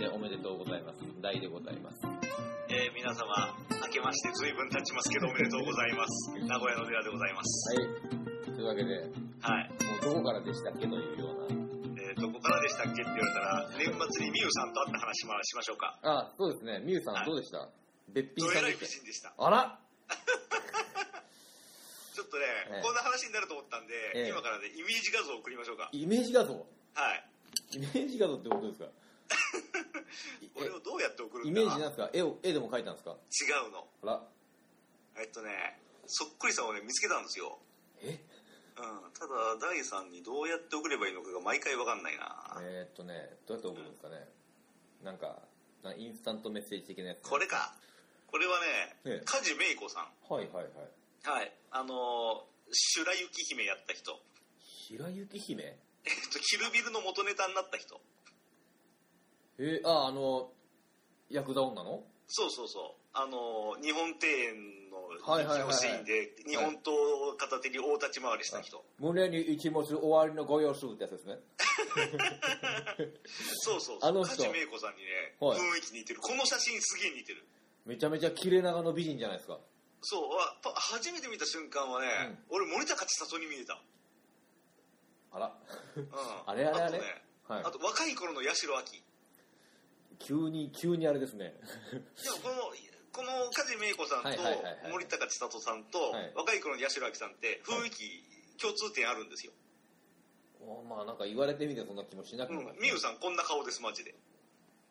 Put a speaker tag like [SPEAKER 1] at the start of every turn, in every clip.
[SPEAKER 1] えーおめでとうございます。大でございます。
[SPEAKER 2] えー皆様、明けまして随分経ちますけどおめでとうございます。名古屋の寺でございます。
[SPEAKER 1] はい。というわけで、も
[SPEAKER 2] はい。
[SPEAKER 1] うどこからでしたっけというような。
[SPEAKER 2] えーどこからでしたっけって言われたら、年末にミウさんと会った話もしましょうか。
[SPEAKER 1] あ、そうですね。みゆさ
[SPEAKER 2] は
[SPEAKER 1] ん
[SPEAKER 2] い
[SPEAKER 1] どうでしたべっぴん
[SPEAKER 2] ど
[SPEAKER 1] さ
[SPEAKER 2] え
[SPEAKER 1] ん
[SPEAKER 2] ら
[SPEAKER 1] でし
[SPEAKER 2] い美
[SPEAKER 1] た。
[SPEAKER 2] 人でした。
[SPEAKER 1] あら
[SPEAKER 2] ちょっとね、
[SPEAKER 1] ええ
[SPEAKER 2] こんな話になると思ったん
[SPEAKER 1] え
[SPEAKER 2] で、
[SPEAKER 1] え
[SPEAKER 2] 今からね、イメージ画像を送りましょうか。
[SPEAKER 1] イメージ画像
[SPEAKER 2] はい。
[SPEAKER 1] イメージ画像ってこと ですか
[SPEAKER 2] これをどうやって送る
[SPEAKER 1] イ
[SPEAKER 2] ん
[SPEAKER 1] メ
[SPEAKER 2] だ
[SPEAKER 1] ージなんですか絵を絵でも描いたんですか
[SPEAKER 2] 違うの。
[SPEAKER 1] あら
[SPEAKER 2] えっとね、そっくりさんをね、見つけたんですよ。
[SPEAKER 1] え
[SPEAKER 2] うん。ただ、第3にどうやって送ればいいのかが毎回わかんないな。
[SPEAKER 1] えー、っとねどうやって送るんですかねなんかなインスタントメッセージ的なやつ、
[SPEAKER 2] これか。これはね
[SPEAKER 1] ええ、
[SPEAKER 2] 梶芽衣子さん。
[SPEAKER 1] はいはいはい
[SPEAKER 2] はい、あのー、修羅雪姫やった人、
[SPEAKER 1] 平雪姫
[SPEAKER 2] えっと、キルビルの元ネタになった人、
[SPEAKER 1] えー、ああのヤクザ女の
[SPEAKER 2] そうそうそう、あのー、日本庭園の
[SPEAKER 1] はいはいはいはい
[SPEAKER 2] のシーンで、日本刀を片手に大立ち回りした人、
[SPEAKER 1] 胸に一文字終わりのご様子ってやつですね
[SPEAKER 2] そうそう
[SPEAKER 1] あ
[SPEAKER 2] そ
[SPEAKER 1] の
[SPEAKER 2] う、
[SPEAKER 1] 人
[SPEAKER 2] 梶芽衣子さんにね、
[SPEAKER 1] はい
[SPEAKER 2] 雰囲気似てる、この写真すげえ似てる。
[SPEAKER 1] めちゃめちゃ切れ長の美人じゃないですか
[SPEAKER 2] そうわぱ初めて見た瞬間はね、俺森高千里に見えた、
[SPEAKER 1] あら
[SPEAKER 2] うん、
[SPEAKER 1] あれあれあれ
[SPEAKER 2] とね
[SPEAKER 1] はい
[SPEAKER 2] あと若い頃の八代亜紀
[SPEAKER 1] 急に急にあれですね
[SPEAKER 2] でもこのこの梶芽衣子さん
[SPEAKER 1] はい
[SPEAKER 2] と
[SPEAKER 1] はいはいはい
[SPEAKER 2] 森高千里さんと
[SPEAKER 1] はい
[SPEAKER 2] 若い頃の八代亜紀さんって雰囲気共通点あるんですよ、
[SPEAKER 1] おまあなんか言われてみてそんな気もしなくもな
[SPEAKER 2] う
[SPEAKER 1] い
[SPEAKER 2] ん、美羽さんこんな顔ですマジで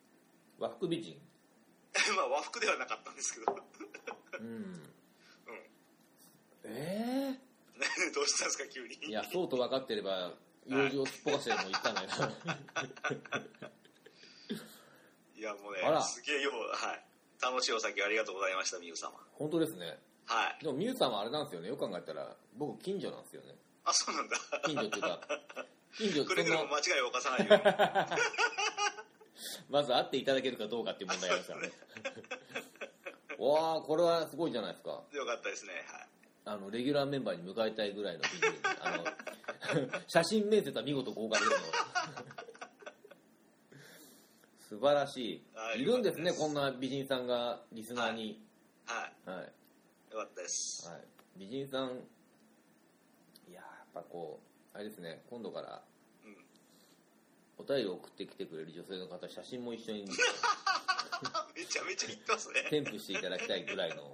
[SPEAKER 1] 和服美人
[SPEAKER 2] まあ和服ではなかったんですけど
[SPEAKER 1] うんええ
[SPEAKER 2] どうしたんですか急に
[SPEAKER 1] いやそうと分かってれば用事をすっぽかしてでも行ったん だよな
[SPEAKER 2] いやもうね
[SPEAKER 1] あら
[SPEAKER 2] すげえよう、はい、楽しいお酒ありがとうございました美羽様
[SPEAKER 1] 本当ですね
[SPEAKER 2] はい
[SPEAKER 1] でもみゆさんはあれなんですよねよく考えたら僕近所なんですよね
[SPEAKER 2] あそうなんだ
[SPEAKER 1] 近所っていう か近所
[SPEAKER 2] く
[SPEAKER 1] そ
[SPEAKER 2] れ
[SPEAKER 1] ん
[SPEAKER 2] ぐれも
[SPEAKER 1] な
[SPEAKER 2] 間違いを犯さないように
[SPEAKER 1] まず会っていただけるかどうかっていう問題があります からねわあこれはすごいじゃないですか
[SPEAKER 2] よかったですねはい
[SPEAKER 1] あのレギュラーメンバーに迎えたいぐらいの美人あの 写真面接は見事合格ですの素晴らし
[SPEAKER 2] はいい
[SPEAKER 1] いるんです
[SPEAKER 2] よ
[SPEAKER 1] ね
[SPEAKER 2] かったです
[SPEAKER 1] こんな美人さんがリスナーに
[SPEAKER 2] は
[SPEAKER 1] はい、はい
[SPEAKER 2] いよかったです、
[SPEAKER 1] 美人さんいやーやっぱこうあれですね今度から
[SPEAKER 2] うん
[SPEAKER 1] お便りを送ってきてくれる女性の方写真も一緒に
[SPEAKER 2] あめちゃめちゃ言ってますね
[SPEAKER 1] 添付していただきたいぐらいの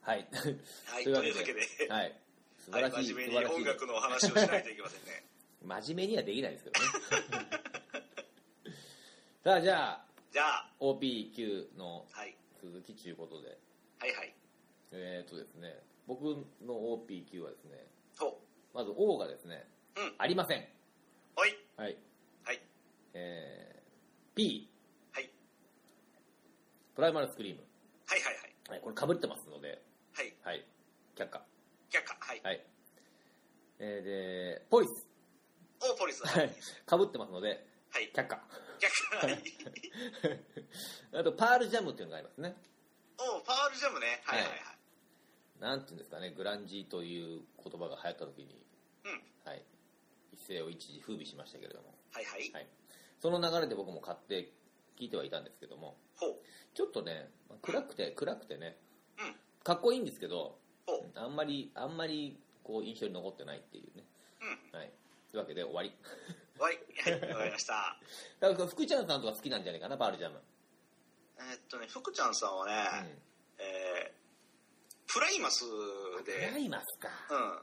[SPEAKER 1] はい
[SPEAKER 2] はい
[SPEAKER 1] と
[SPEAKER 2] と
[SPEAKER 1] い
[SPEAKER 2] いうう
[SPEAKER 1] わ
[SPEAKER 2] わ
[SPEAKER 1] けで
[SPEAKER 2] けで
[SPEAKER 1] はい素
[SPEAKER 2] は
[SPEAKER 1] 晴
[SPEAKER 2] い、
[SPEAKER 1] らしい、
[SPEAKER 2] 真面
[SPEAKER 1] 素晴
[SPEAKER 2] 目に
[SPEAKER 1] らし
[SPEAKER 2] 音
[SPEAKER 1] い
[SPEAKER 2] 楽のお話をしないといけませんね。
[SPEAKER 1] 真面目にはできないですけどね さあじゃあ
[SPEAKER 2] じゃあ、
[SPEAKER 1] OPQ の
[SPEAKER 2] はい、
[SPEAKER 1] 続きということで
[SPEAKER 2] はいはい。
[SPEAKER 1] えっ、ー、とですね僕の OPQ はですね
[SPEAKER 2] と、
[SPEAKER 1] まず O がですね、
[SPEAKER 2] うん
[SPEAKER 1] ありません
[SPEAKER 2] はい、
[SPEAKER 1] はい
[SPEAKER 2] はい、
[SPEAKER 1] えー、P
[SPEAKER 2] はい、
[SPEAKER 1] プライマルスクリーム、
[SPEAKER 2] はいはいはい。
[SPEAKER 1] はい、これかぶってますので
[SPEAKER 2] はい、
[SPEAKER 1] はい却下
[SPEAKER 2] 却下、はい。
[SPEAKER 1] はいえー、でポイス
[SPEAKER 2] オーポリス、は、
[SPEAKER 1] はいいかぶってますので
[SPEAKER 2] はい、
[SPEAKER 1] 却下
[SPEAKER 2] 却下、はい。
[SPEAKER 1] あとパールジャムっていうのがありますね
[SPEAKER 2] おパールジャムね、はいはいはい。
[SPEAKER 1] なんていうんですかねグランジーという言葉が流行った時に、
[SPEAKER 2] うん
[SPEAKER 1] はい、一世を一時風靡しましたけれども、
[SPEAKER 2] はいはい。
[SPEAKER 1] はい、その流れで僕も買って聞いてはいたんですけども
[SPEAKER 2] ほう、
[SPEAKER 1] ちょっとねまあ暗くて暗くてね、
[SPEAKER 2] うん
[SPEAKER 1] かっこいいんですけど
[SPEAKER 2] ほう、
[SPEAKER 1] あんまりあんまりこう印象に残ってないっていうね、
[SPEAKER 2] う
[SPEAKER 1] はい、というわけで終わり
[SPEAKER 2] はい、はい、わかりました。
[SPEAKER 1] だから福ちゃんさんとか好きなんじゃないかなパールジャム、
[SPEAKER 2] えーっとね、福ちゃんさんはね、
[SPEAKER 1] う
[SPEAKER 2] えー、プライマス
[SPEAKER 1] ん、プラ
[SPEAKER 2] で、
[SPEAKER 1] イマスか、
[SPEAKER 2] う
[SPEAKER 1] はい
[SPEAKER 2] ん。
[SPEAKER 1] はい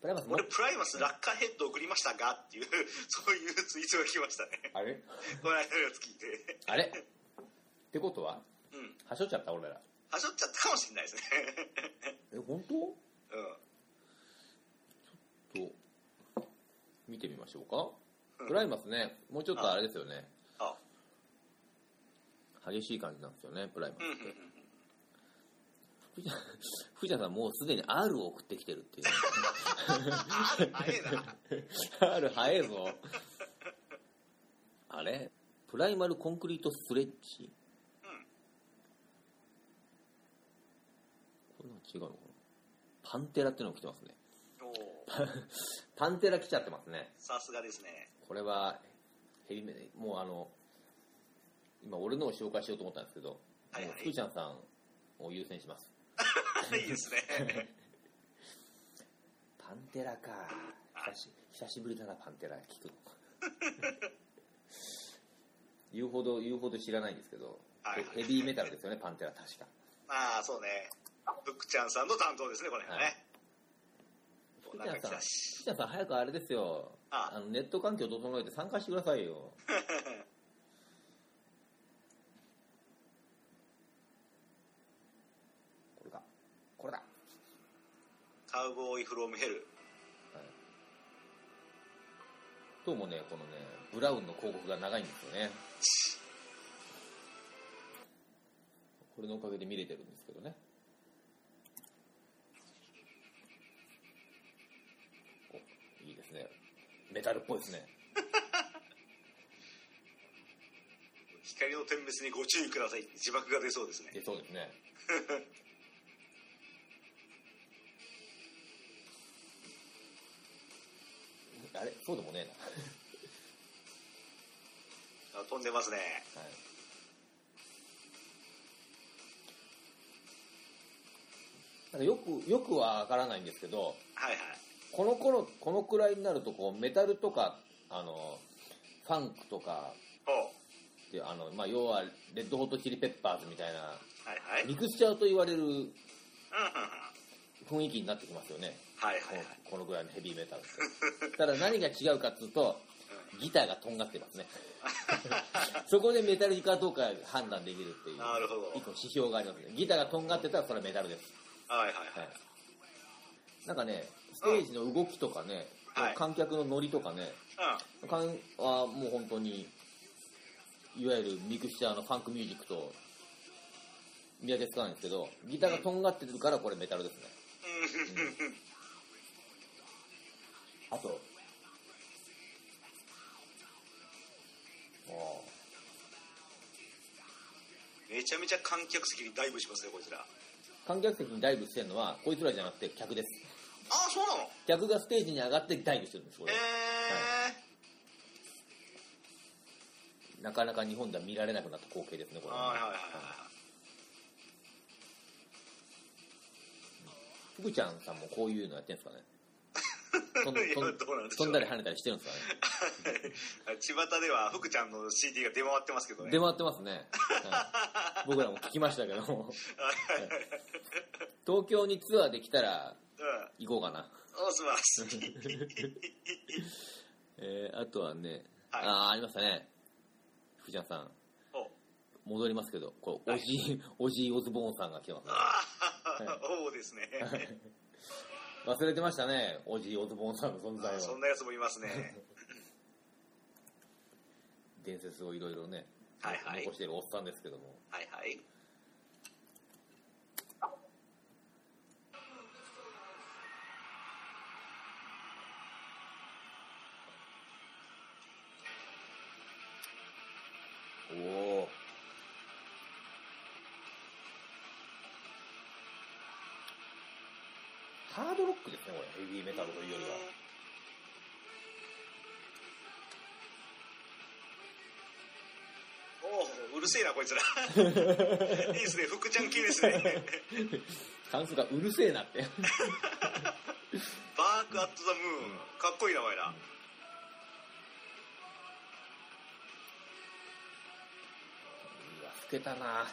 [SPEAKER 1] プライマスも
[SPEAKER 2] 俺プライマスラッカーヘッド送りましたがっていう そういうツイートが来ましたね
[SPEAKER 1] あれ
[SPEAKER 2] この間のやつ聞いて
[SPEAKER 1] あれってことは
[SPEAKER 2] うん
[SPEAKER 1] はしょっちゃった俺ら
[SPEAKER 2] はしょっちゃったかもしれないですね
[SPEAKER 1] え本当
[SPEAKER 2] うん
[SPEAKER 1] と見てみましょうか、
[SPEAKER 2] うん
[SPEAKER 1] プライマスねもうちょっとあれですよね
[SPEAKER 2] あ
[SPEAKER 1] 激しい感じなんですよねプライマ
[SPEAKER 2] うんうんうん
[SPEAKER 1] スって藤田藤田さんもうすでに R を送ってきてるっていう
[SPEAKER 2] あええな
[SPEAKER 1] R 早いぞあれプライマルコンクリートスレッジ
[SPEAKER 2] うん
[SPEAKER 1] こんなの違うのかなパンテラっていうのが来てますね
[SPEAKER 2] おー
[SPEAKER 1] パンテラ来ちゃってますね
[SPEAKER 2] さすがですね
[SPEAKER 1] これはヘビメタもうあの、今俺のを紹介しようと思ったんですけど、
[SPEAKER 2] はいは
[SPEAKER 1] スー
[SPEAKER 2] い
[SPEAKER 1] ちゃんさんを優先します。
[SPEAKER 2] あ。 いいですね。
[SPEAKER 1] パンテラか久し久しぶりだなパンテラ聞くの言うほど言うほど知らないんですけど、
[SPEAKER 2] はい
[SPEAKER 1] ヘヘビーメタルですよねパンテラ確か
[SPEAKER 2] まあ、そうね。ブックちゃんさんの担当ですね、これが
[SPEAKER 1] はい
[SPEAKER 2] ね。お
[SPEAKER 1] 藤
[SPEAKER 2] 腹
[SPEAKER 1] 田
[SPEAKER 2] き
[SPEAKER 1] さん
[SPEAKER 2] たし。
[SPEAKER 1] 藤田さん早くあれですよ
[SPEAKER 2] あ
[SPEAKER 1] のネット環境整えて参加してください よこれかこれだ、
[SPEAKER 2] カウボーイフロムヘル。
[SPEAKER 1] はい、どうもねこのねブラウンの広告が長いんですよねこれのおかげで見れてるんですけどねおいいですねメタルっぽいですね
[SPEAKER 2] 光の点滅にご注意ください。自爆が出そうですね。
[SPEAKER 1] えそうですね あれそうでもねえ
[SPEAKER 2] あ飛んでますね。
[SPEAKER 1] な、はい、なんかよくよくはわからないんですけど
[SPEAKER 2] はいはい。
[SPEAKER 1] この頃このくらいになるとこうメタルとかあのファンクとか
[SPEAKER 2] ほう。
[SPEAKER 1] っていうあの、まあ、要はレッドホットチリペッパーズみたいな
[SPEAKER 2] はいはい。うんう
[SPEAKER 1] ミ
[SPEAKER 2] ん
[SPEAKER 1] クスチャーと言われる
[SPEAKER 2] うん。
[SPEAKER 1] 雰囲気になってきますよね
[SPEAKER 2] はい
[SPEAKER 1] こ
[SPEAKER 2] はい
[SPEAKER 1] の
[SPEAKER 2] はい。
[SPEAKER 1] このぐらいのヘビーメタルってただ何が違うかっていうとギターがとんがって ますねそこでメタルかどうか判断できるっていう
[SPEAKER 2] なるほど。
[SPEAKER 1] 一個指標がありますねギターがとんがってたらそれはメタルです、
[SPEAKER 2] はいは
[SPEAKER 1] は
[SPEAKER 2] いはい。
[SPEAKER 1] い、なんかねステージの動きとかね、
[SPEAKER 2] はい
[SPEAKER 1] 観客のノリとかね
[SPEAKER 2] うん。
[SPEAKER 1] かんはもう本当にいわゆるミクスチャーのファンクミュージックと見分けつかないんですけどギターがとんがってるからこれメタルですねあと、も
[SPEAKER 2] めちゃめちゃ観客席にダイブしますね、こちら。あ
[SPEAKER 1] う、観客席にダイブしてるのは、こいつらじゃなくて客です。
[SPEAKER 2] あ、そうなの
[SPEAKER 1] 客がステージに上がってダイブしてるんです、これ
[SPEAKER 2] へ。
[SPEAKER 1] なかなか日本では見られなくなった光景ですね、こ
[SPEAKER 2] え。
[SPEAKER 1] れ。
[SPEAKER 2] はいはいはいはい
[SPEAKER 1] 福ちゃんさんもこういうのやってるんですかね。とん
[SPEAKER 2] いや
[SPEAKER 1] とん
[SPEAKER 2] どうなんでしょう
[SPEAKER 1] 飛んだり跳ねたりしてるんですかね。
[SPEAKER 2] はい。巷では福ちゃんの CD が出回ってますけどね。
[SPEAKER 1] 出回ってますね。はい僕らも聞きました けども。はい東京にツアーできたら
[SPEAKER 2] うん。
[SPEAKER 1] 行こうかな。
[SPEAKER 2] お素晴らし い。
[SPEAKER 1] えー、あとはね、
[SPEAKER 2] はい
[SPEAKER 1] ああー、ありましたね。福ちゃんさん。
[SPEAKER 2] お
[SPEAKER 1] 戻りますけど、これ、
[SPEAKER 2] は
[SPEAKER 1] お
[SPEAKER 2] い
[SPEAKER 1] じい、おじいオズボーンさんが来てますね。
[SPEAKER 2] ああ、おうですね。
[SPEAKER 1] 忘れてましたね、おじいオズボーンさんの存在
[SPEAKER 2] そ
[SPEAKER 1] を
[SPEAKER 2] ん。なやつもいますね。
[SPEAKER 1] 伝説をいろいろね、
[SPEAKER 2] はいはい
[SPEAKER 1] 残してるおっさんですけども。
[SPEAKER 2] はいはい。
[SPEAKER 1] おおー。ハードロックですね、これ、ヘビーメタルというよりは。
[SPEAKER 2] おううるせえな、こいつら。 いいですね、福ちゃん系ですね。
[SPEAKER 1] 感想がうるせえなって。
[SPEAKER 2] バーク・アット・ザ・ムーン。かっこいい名前だ。
[SPEAKER 1] うわ、老けたな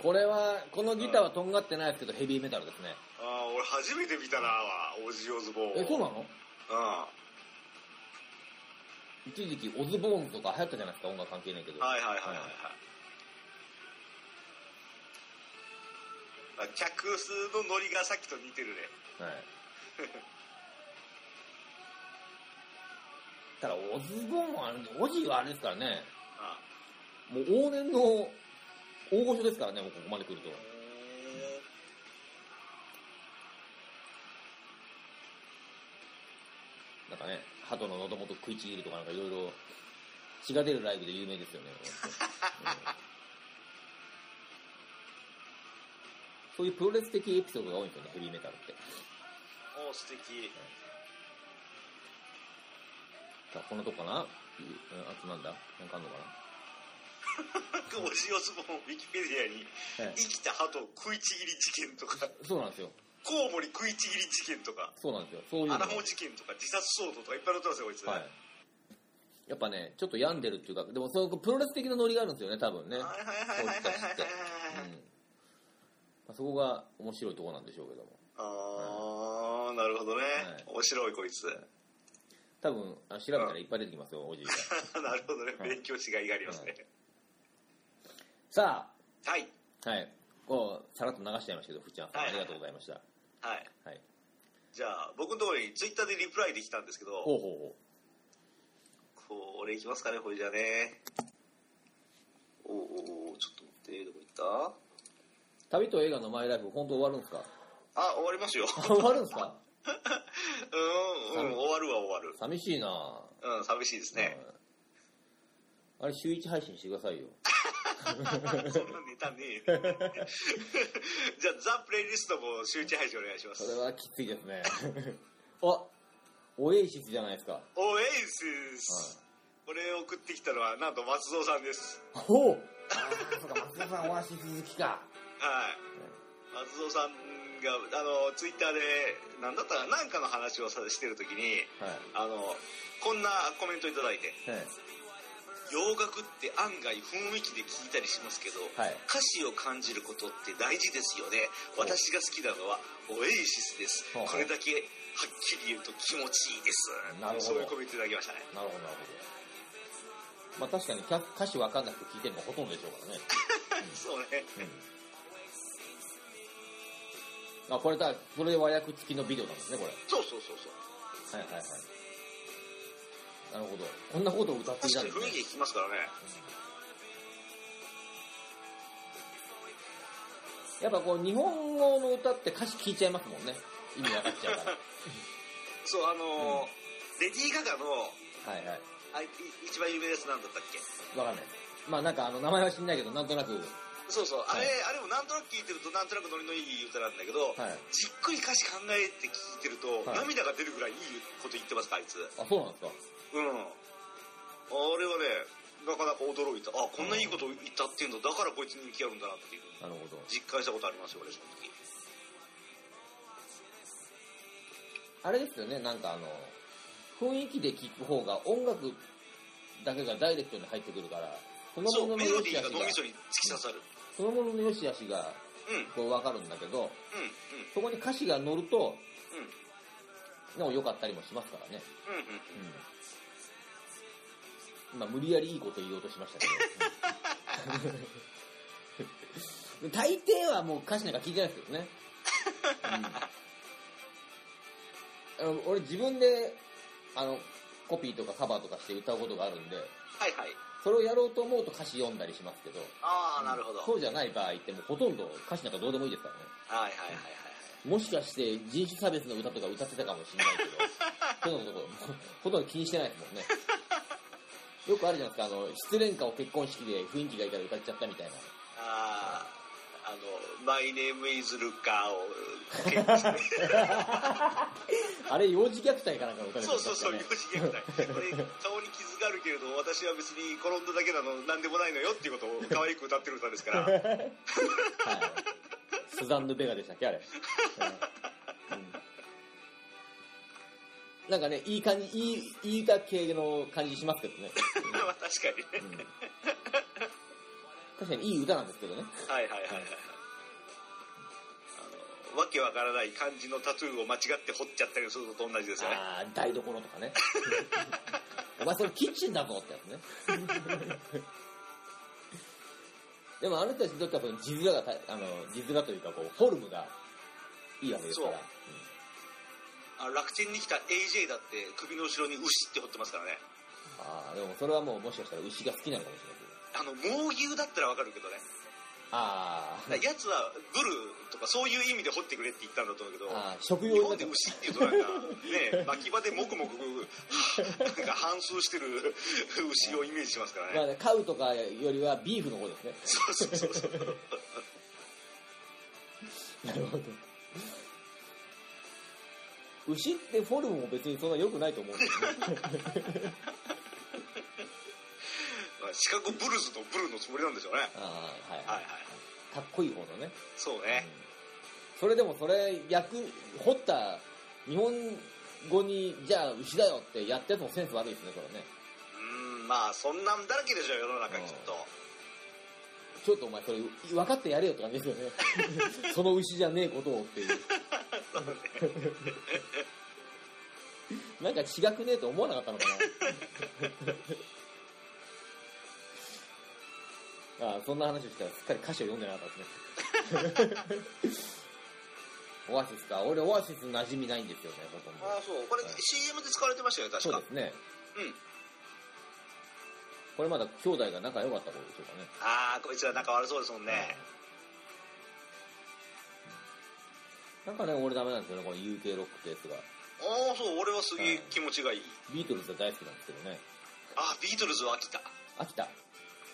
[SPEAKER 2] おー
[SPEAKER 1] これは、このギターはとんがってないですけど、ヘビーメタルですね。
[SPEAKER 2] ああ、俺初めて見たな、オジオズボー
[SPEAKER 1] え、
[SPEAKER 2] ン。
[SPEAKER 1] そうな
[SPEAKER 2] の
[SPEAKER 1] の
[SPEAKER 2] うん。
[SPEAKER 1] 一時期、オズボーンとか流行ったじゃないですか、音楽関係ないけど。
[SPEAKER 2] はいはいはいはいはい。あ客数のノリがさっきと似てるね。
[SPEAKER 1] はい。ただ、オズボーンはあれ、オジーはあれですからね、
[SPEAKER 2] あ
[SPEAKER 1] もう往年の大御所ですからね、もうここまで来ると。なんかね、鳩の喉元食いちぎるとかなんかいろいろ血が出るライブで有名ですよね。うんそういうプロレス的エピソードが多いんですよね、ヘビーメタルって。
[SPEAKER 2] おー素敵
[SPEAKER 1] さあこのとこかな、うん、あとなんだなんかあんのか
[SPEAKER 2] オジオズボンウィキペディア
[SPEAKER 1] な、
[SPEAKER 2] に「生きた歯と食いちぎり事件」とか
[SPEAKER 1] そうなんですよ
[SPEAKER 2] 「コウモリ食いちぎり事件」とか
[SPEAKER 1] そうなんですよそうい
[SPEAKER 2] 「
[SPEAKER 1] う
[SPEAKER 2] ア
[SPEAKER 1] の
[SPEAKER 2] ラモ事件」とか「自殺騒動」とかいっぱい載ってますよこいつ、
[SPEAKER 1] はいやっぱねちょっと病んでるっていうかでもそのプロレス的なノリがあるんですよね多分ね、うんま
[SPEAKER 2] はいはいはいはいはいはいはいはい
[SPEAKER 1] あ、そこが面白いとこなんでしょうけども
[SPEAKER 2] ああなるほどね、
[SPEAKER 1] はい
[SPEAKER 2] 面白いこいつ
[SPEAKER 1] 多分あ調べたらいっぱい出てきますよおじいちゃん
[SPEAKER 2] なるほどね
[SPEAKER 1] はい
[SPEAKER 2] 勉強しがいがありますね
[SPEAKER 1] さ
[SPEAKER 2] はい
[SPEAKER 1] あはいこうさらっと流しちゃいましたけどふっちゃんさん
[SPEAKER 2] はい
[SPEAKER 1] ありがとうございました
[SPEAKER 2] はい
[SPEAKER 1] はい
[SPEAKER 2] じゃあ僕のところにツイッターでリプライできたんですけど
[SPEAKER 1] ほうほうほ
[SPEAKER 2] これいきますかねこれじゃねおうおうおうちょっと待ってどこ行っ
[SPEAKER 1] う旅と映画のマイライフ本当終わるんですか
[SPEAKER 2] たあ終わります よ
[SPEAKER 1] 終わるんですか
[SPEAKER 2] うんうん終わるは終わる
[SPEAKER 1] 寂しいなあ
[SPEAKER 2] うん寂しいですね
[SPEAKER 1] あれ週一配信してくださいよ
[SPEAKER 2] そんなネタねえ じゃあザ・プレイリストも集中配信お願いしま
[SPEAKER 1] そ
[SPEAKER 2] す
[SPEAKER 1] れはきついですね あオエイシスじゃないですか
[SPEAKER 2] オエイシス、これを送ってきたのはなんと松蔵さんです
[SPEAKER 1] ほうあーそうか松田さんオアシス好きか
[SPEAKER 2] はい松蔵さんがあのツイッターで何だったかななんかの話をさしてる時に
[SPEAKER 1] はい
[SPEAKER 2] あのこんなコメントいただいて
[SPEAKER 1] はい
[SPEAKER 2] 洋楽って案外雰囲気で聴いたりしますけど、
[SPEAKER 1] はい
[SPEAKER 2] 歌詞を感じることって大事ですよね私が好きなのはオエイシスです
[SPEAKER 1] ほう
[SPEAKER 2] これだけはっきり言うと気持ちいいです
[SPEAKER 1] なるほど
[SPEAKER 2] そういうコメントいただきましたね
[SPEAKER 1] なるほどなるほどまあ確かにキャ歌詞わかんなくて聞いてるのほとんどでしょうからね
[SPEAKER 2] そうね
[SPEAKER 1] あこれだそれで和訳付きのビデオなんですねこれ
[SPEAKER 2] そうそうそうそう
[SPEAKER 1] はいはいはいなるほどこんなことを歌ってい
[SPEAKER 2] 確
[SPEAKER 1] た
[SPEAKER 2] か
[SPEAKER 1] ん
[SPEAKER 2] に
[SPEAKER 1] です、ね
[SPEAKER 2] 雰囲、気聞きますからね
[SPEAKER 1] やっぱこう日本語の歌って歌詞聞いちゃいますもんね意味わかっちゃうか
[SPEAKER 2] そうあのーレディー・ガガの
[SPEAKER 1] らはいはい
[SPEAKER 2] あい一番有名なやつなんだったっけ
[SPEAKER 1] わかんないまあなんかあの名前は知んないけどなんとなくは
[SPEAKER 2] そうそうあ
[SPEAKER 1] は
[SPEAKER 2] れ、
[SPEAKER 1] い
[SPEAKER 2] あれもなんとなく聞いてるとなんとなくノリのいい歌なんだけど、
[SPEAKER 1] い
[SPEAKER 2] じっくり歌詞考えて聞いてると、
[SPEAKER 1] はい
[SPEAKER 2] 涙が出るぐらいいいこと言ってますかあいつ
[SPEAKER 1] あそうなんですか
[SPEAKER 2] うんあれはねなかなか驚いたあこんないいこと言ったっていうんだだからこいつ人気あるんだなっていう
[SPEAKER 1] なるほど
[SPEAKER 2] 実感したことありますよ俺その時
[SPEAKER 1] あれですよねなんかあの雰囲気で聞く方が音楽だけがダイレクトに入ってくるからその
[SPEAKER 2] そう
[SPEAKER 1] ものの
[SPEAKER 2] メロ
[SPEAKER 1] 良
[SPEAKER 2] デ
[SPEAKER 1] し
[SPEAKER 2] ィ
[SPEAKER 1] 悪
[SPEAKER 2] ーが
[SPEAKER 1] し
[SPEAKER 2] 脳みそ
[SPEAKER 1] が
[SPEAKER 2] に突き刺さる
[SPEAKER 1] そのものの良し悪しが
[SPEAKER 2] うん
[SPEAKER 1] こう
[SPEAKER 2] うん
[SPEAKER 1] 分かるんだけど
[SPEAKER 2] うん
[SPEAKER 1] そこに歌詞が乗ると
[SPEAKER 2] うんう
[SPEAKER 1] な
[SPEAKER 2] ん
[SPEAKER 1] お良かったりもしますからね、
[SPEAKER 2] うん
[SPEAKER 1] うん、今
[SPEAKER 2] うん
[SPEAKER 1] 無理やりいいこと言おうとしましたけど 大抵はもう歌詞なんか聞いてないですけどね、うんあの俺自分であのコピーとかカバーとかして歌うことがあるんで
[SPEAKER 2] はいはい
[SPEAKER 1] それをやろうと思うと歌詞読んだりしますけど
[SPEAKER 2] ああなるほど、
[SPEAKER 1] そうじゃない場合ってもうほとんど歌詞なんかどうでもいいですからね
[SPEAKER 2] はいはいはいはい
[SPEAKER 1] もしかして人種差別の歌とか歌ってたかもしれないけど、そういうのとこほとんど気にしてないですもんね。よくあるじゃないですか、あの、失恋歌を結婚式で雰囲気がいいから歌っちゃったみたいな。
[SPEAKER 2] あああの「マイネームイズルカを
[SPEAKER 1] あれ、幼児虐待かなんかの歌です
[SPEAKER 2] そうそうそう
[SPEAKER 1] ね
[SPEAKER 2] 幼児虐待これ顔に傷があるけれど私は別に転んだだけなの何でもないのよっていうことを可愛く歌ってる歌です から
[SPEAKER 1] はい。スザンヌ・ベガでしたっけ、あれ。うんうんなんかね、いい感じ、いい、いい歌系の感じしますけどね。
[SPEAKER 2] まあ確かにね
[SPEAKER 1] うん確かにいい歌なんですけどね。
[SPEAKER 2] はいはいはいはいあのわけわからない漢字のタトゥーを間違って彫っちゃったりするのと同じですよね
[SPEAKER 1] ああー台所とかねお前それキッチンだぞってやつねでもあの人たちにとってはその地面がたあの地面というかこうフォルムがいいわけですから
[SPEAKER 2] そうあ楽天に来た AJ だって首の後ろに牛って彫ってますからね
[SPEAKER 1] ああでもそれはもうもしかしたら牛が好きなのかもしれないけど
[SPEAKER 2] あの猛牛だったらわかるけどね
[SPEAKER 1] あー
[SPEAKER 2] やつはブルとかそういう意味で掘ってくれって言ったんだと思うけど
[SPEAKER 1] あー食
[SPEAKER 2] 日
[SPEAKER 1] 用に
[SPEAKER 2] 本で
[SPEAKER 1] なっ
[SPEAKER 2] 牛っていうとなんかね巻き場でもくもくなんか反芻してる牛をイメージしますから
[SPEAKER 1] まあ
[SPEAKER 2] ね、
[SPEAKER 1] ね、カウとかよりはビーフの方ですね
[SPEAKER 2] そうそうそうそう
[SPEAKER 1] なるほど牛ってフォルムも別にそんな良くないと思うんです よね。
[SPEAKER 2] まあシカゴブルズとブルのつもりなんでしょうね。
[SPEAKER 1] あーはい
[SPEAKER 2] はい
[SPEAKER 1] は
[SPEAKER 2] はい。
[SPEAKER 1] い。かっこいい方のね。
[SPEAKER 2] そうね。
[SPEAKER 1] それでもそれ役掘った日本語にじゃあ牛だよってやったやつもセンス悪いですねこれね
[SPEAKER 2] うーん、まあ、そんなんだらけでしょう、世の中きっと。
[SPEAKER 1] ちょっとお前それ分かってやれよって感じですよねその牛じゃねえことをっていうなんか違くねえと思わなかったのかなああそんな話をしたらすっかり歌詞を読んでなかったですねオアシスか俺オアシス馴染みないんですよねほとんど
[SPEAKER 2] ああ、そう。これ
[SPEAKER 1] はい
[SPEAKER 2] CM で使われてましたよね、確
[SPEAKER 1] そう
[SPEAKER 2] か
[SPEAKER 1] で。すね
[SPEAKER 2] うん。
[SPEAKER 1] これまだ兄弟が仲良かった頃でしょうかね
[SPEAKER 2] ああ、こいつら仲悪そうですもんね。
[SPEAKER 1] なんかね俺ダメなんですよねこの UK ロックってやつが
[SPEAKER 2] ああ、そう、俺はすげ
[SPEAKER 1] は
[SPEAKER 2] え
[SPEAKER 1] い
[SPEAKER 2] 気持ちがいい。
[SPEAKER 1] ビートルズが大好きなんですけどね
[SPEAKER 2] ああ、ビートルズは飽きた。
[SPEAKER 1] 飽きた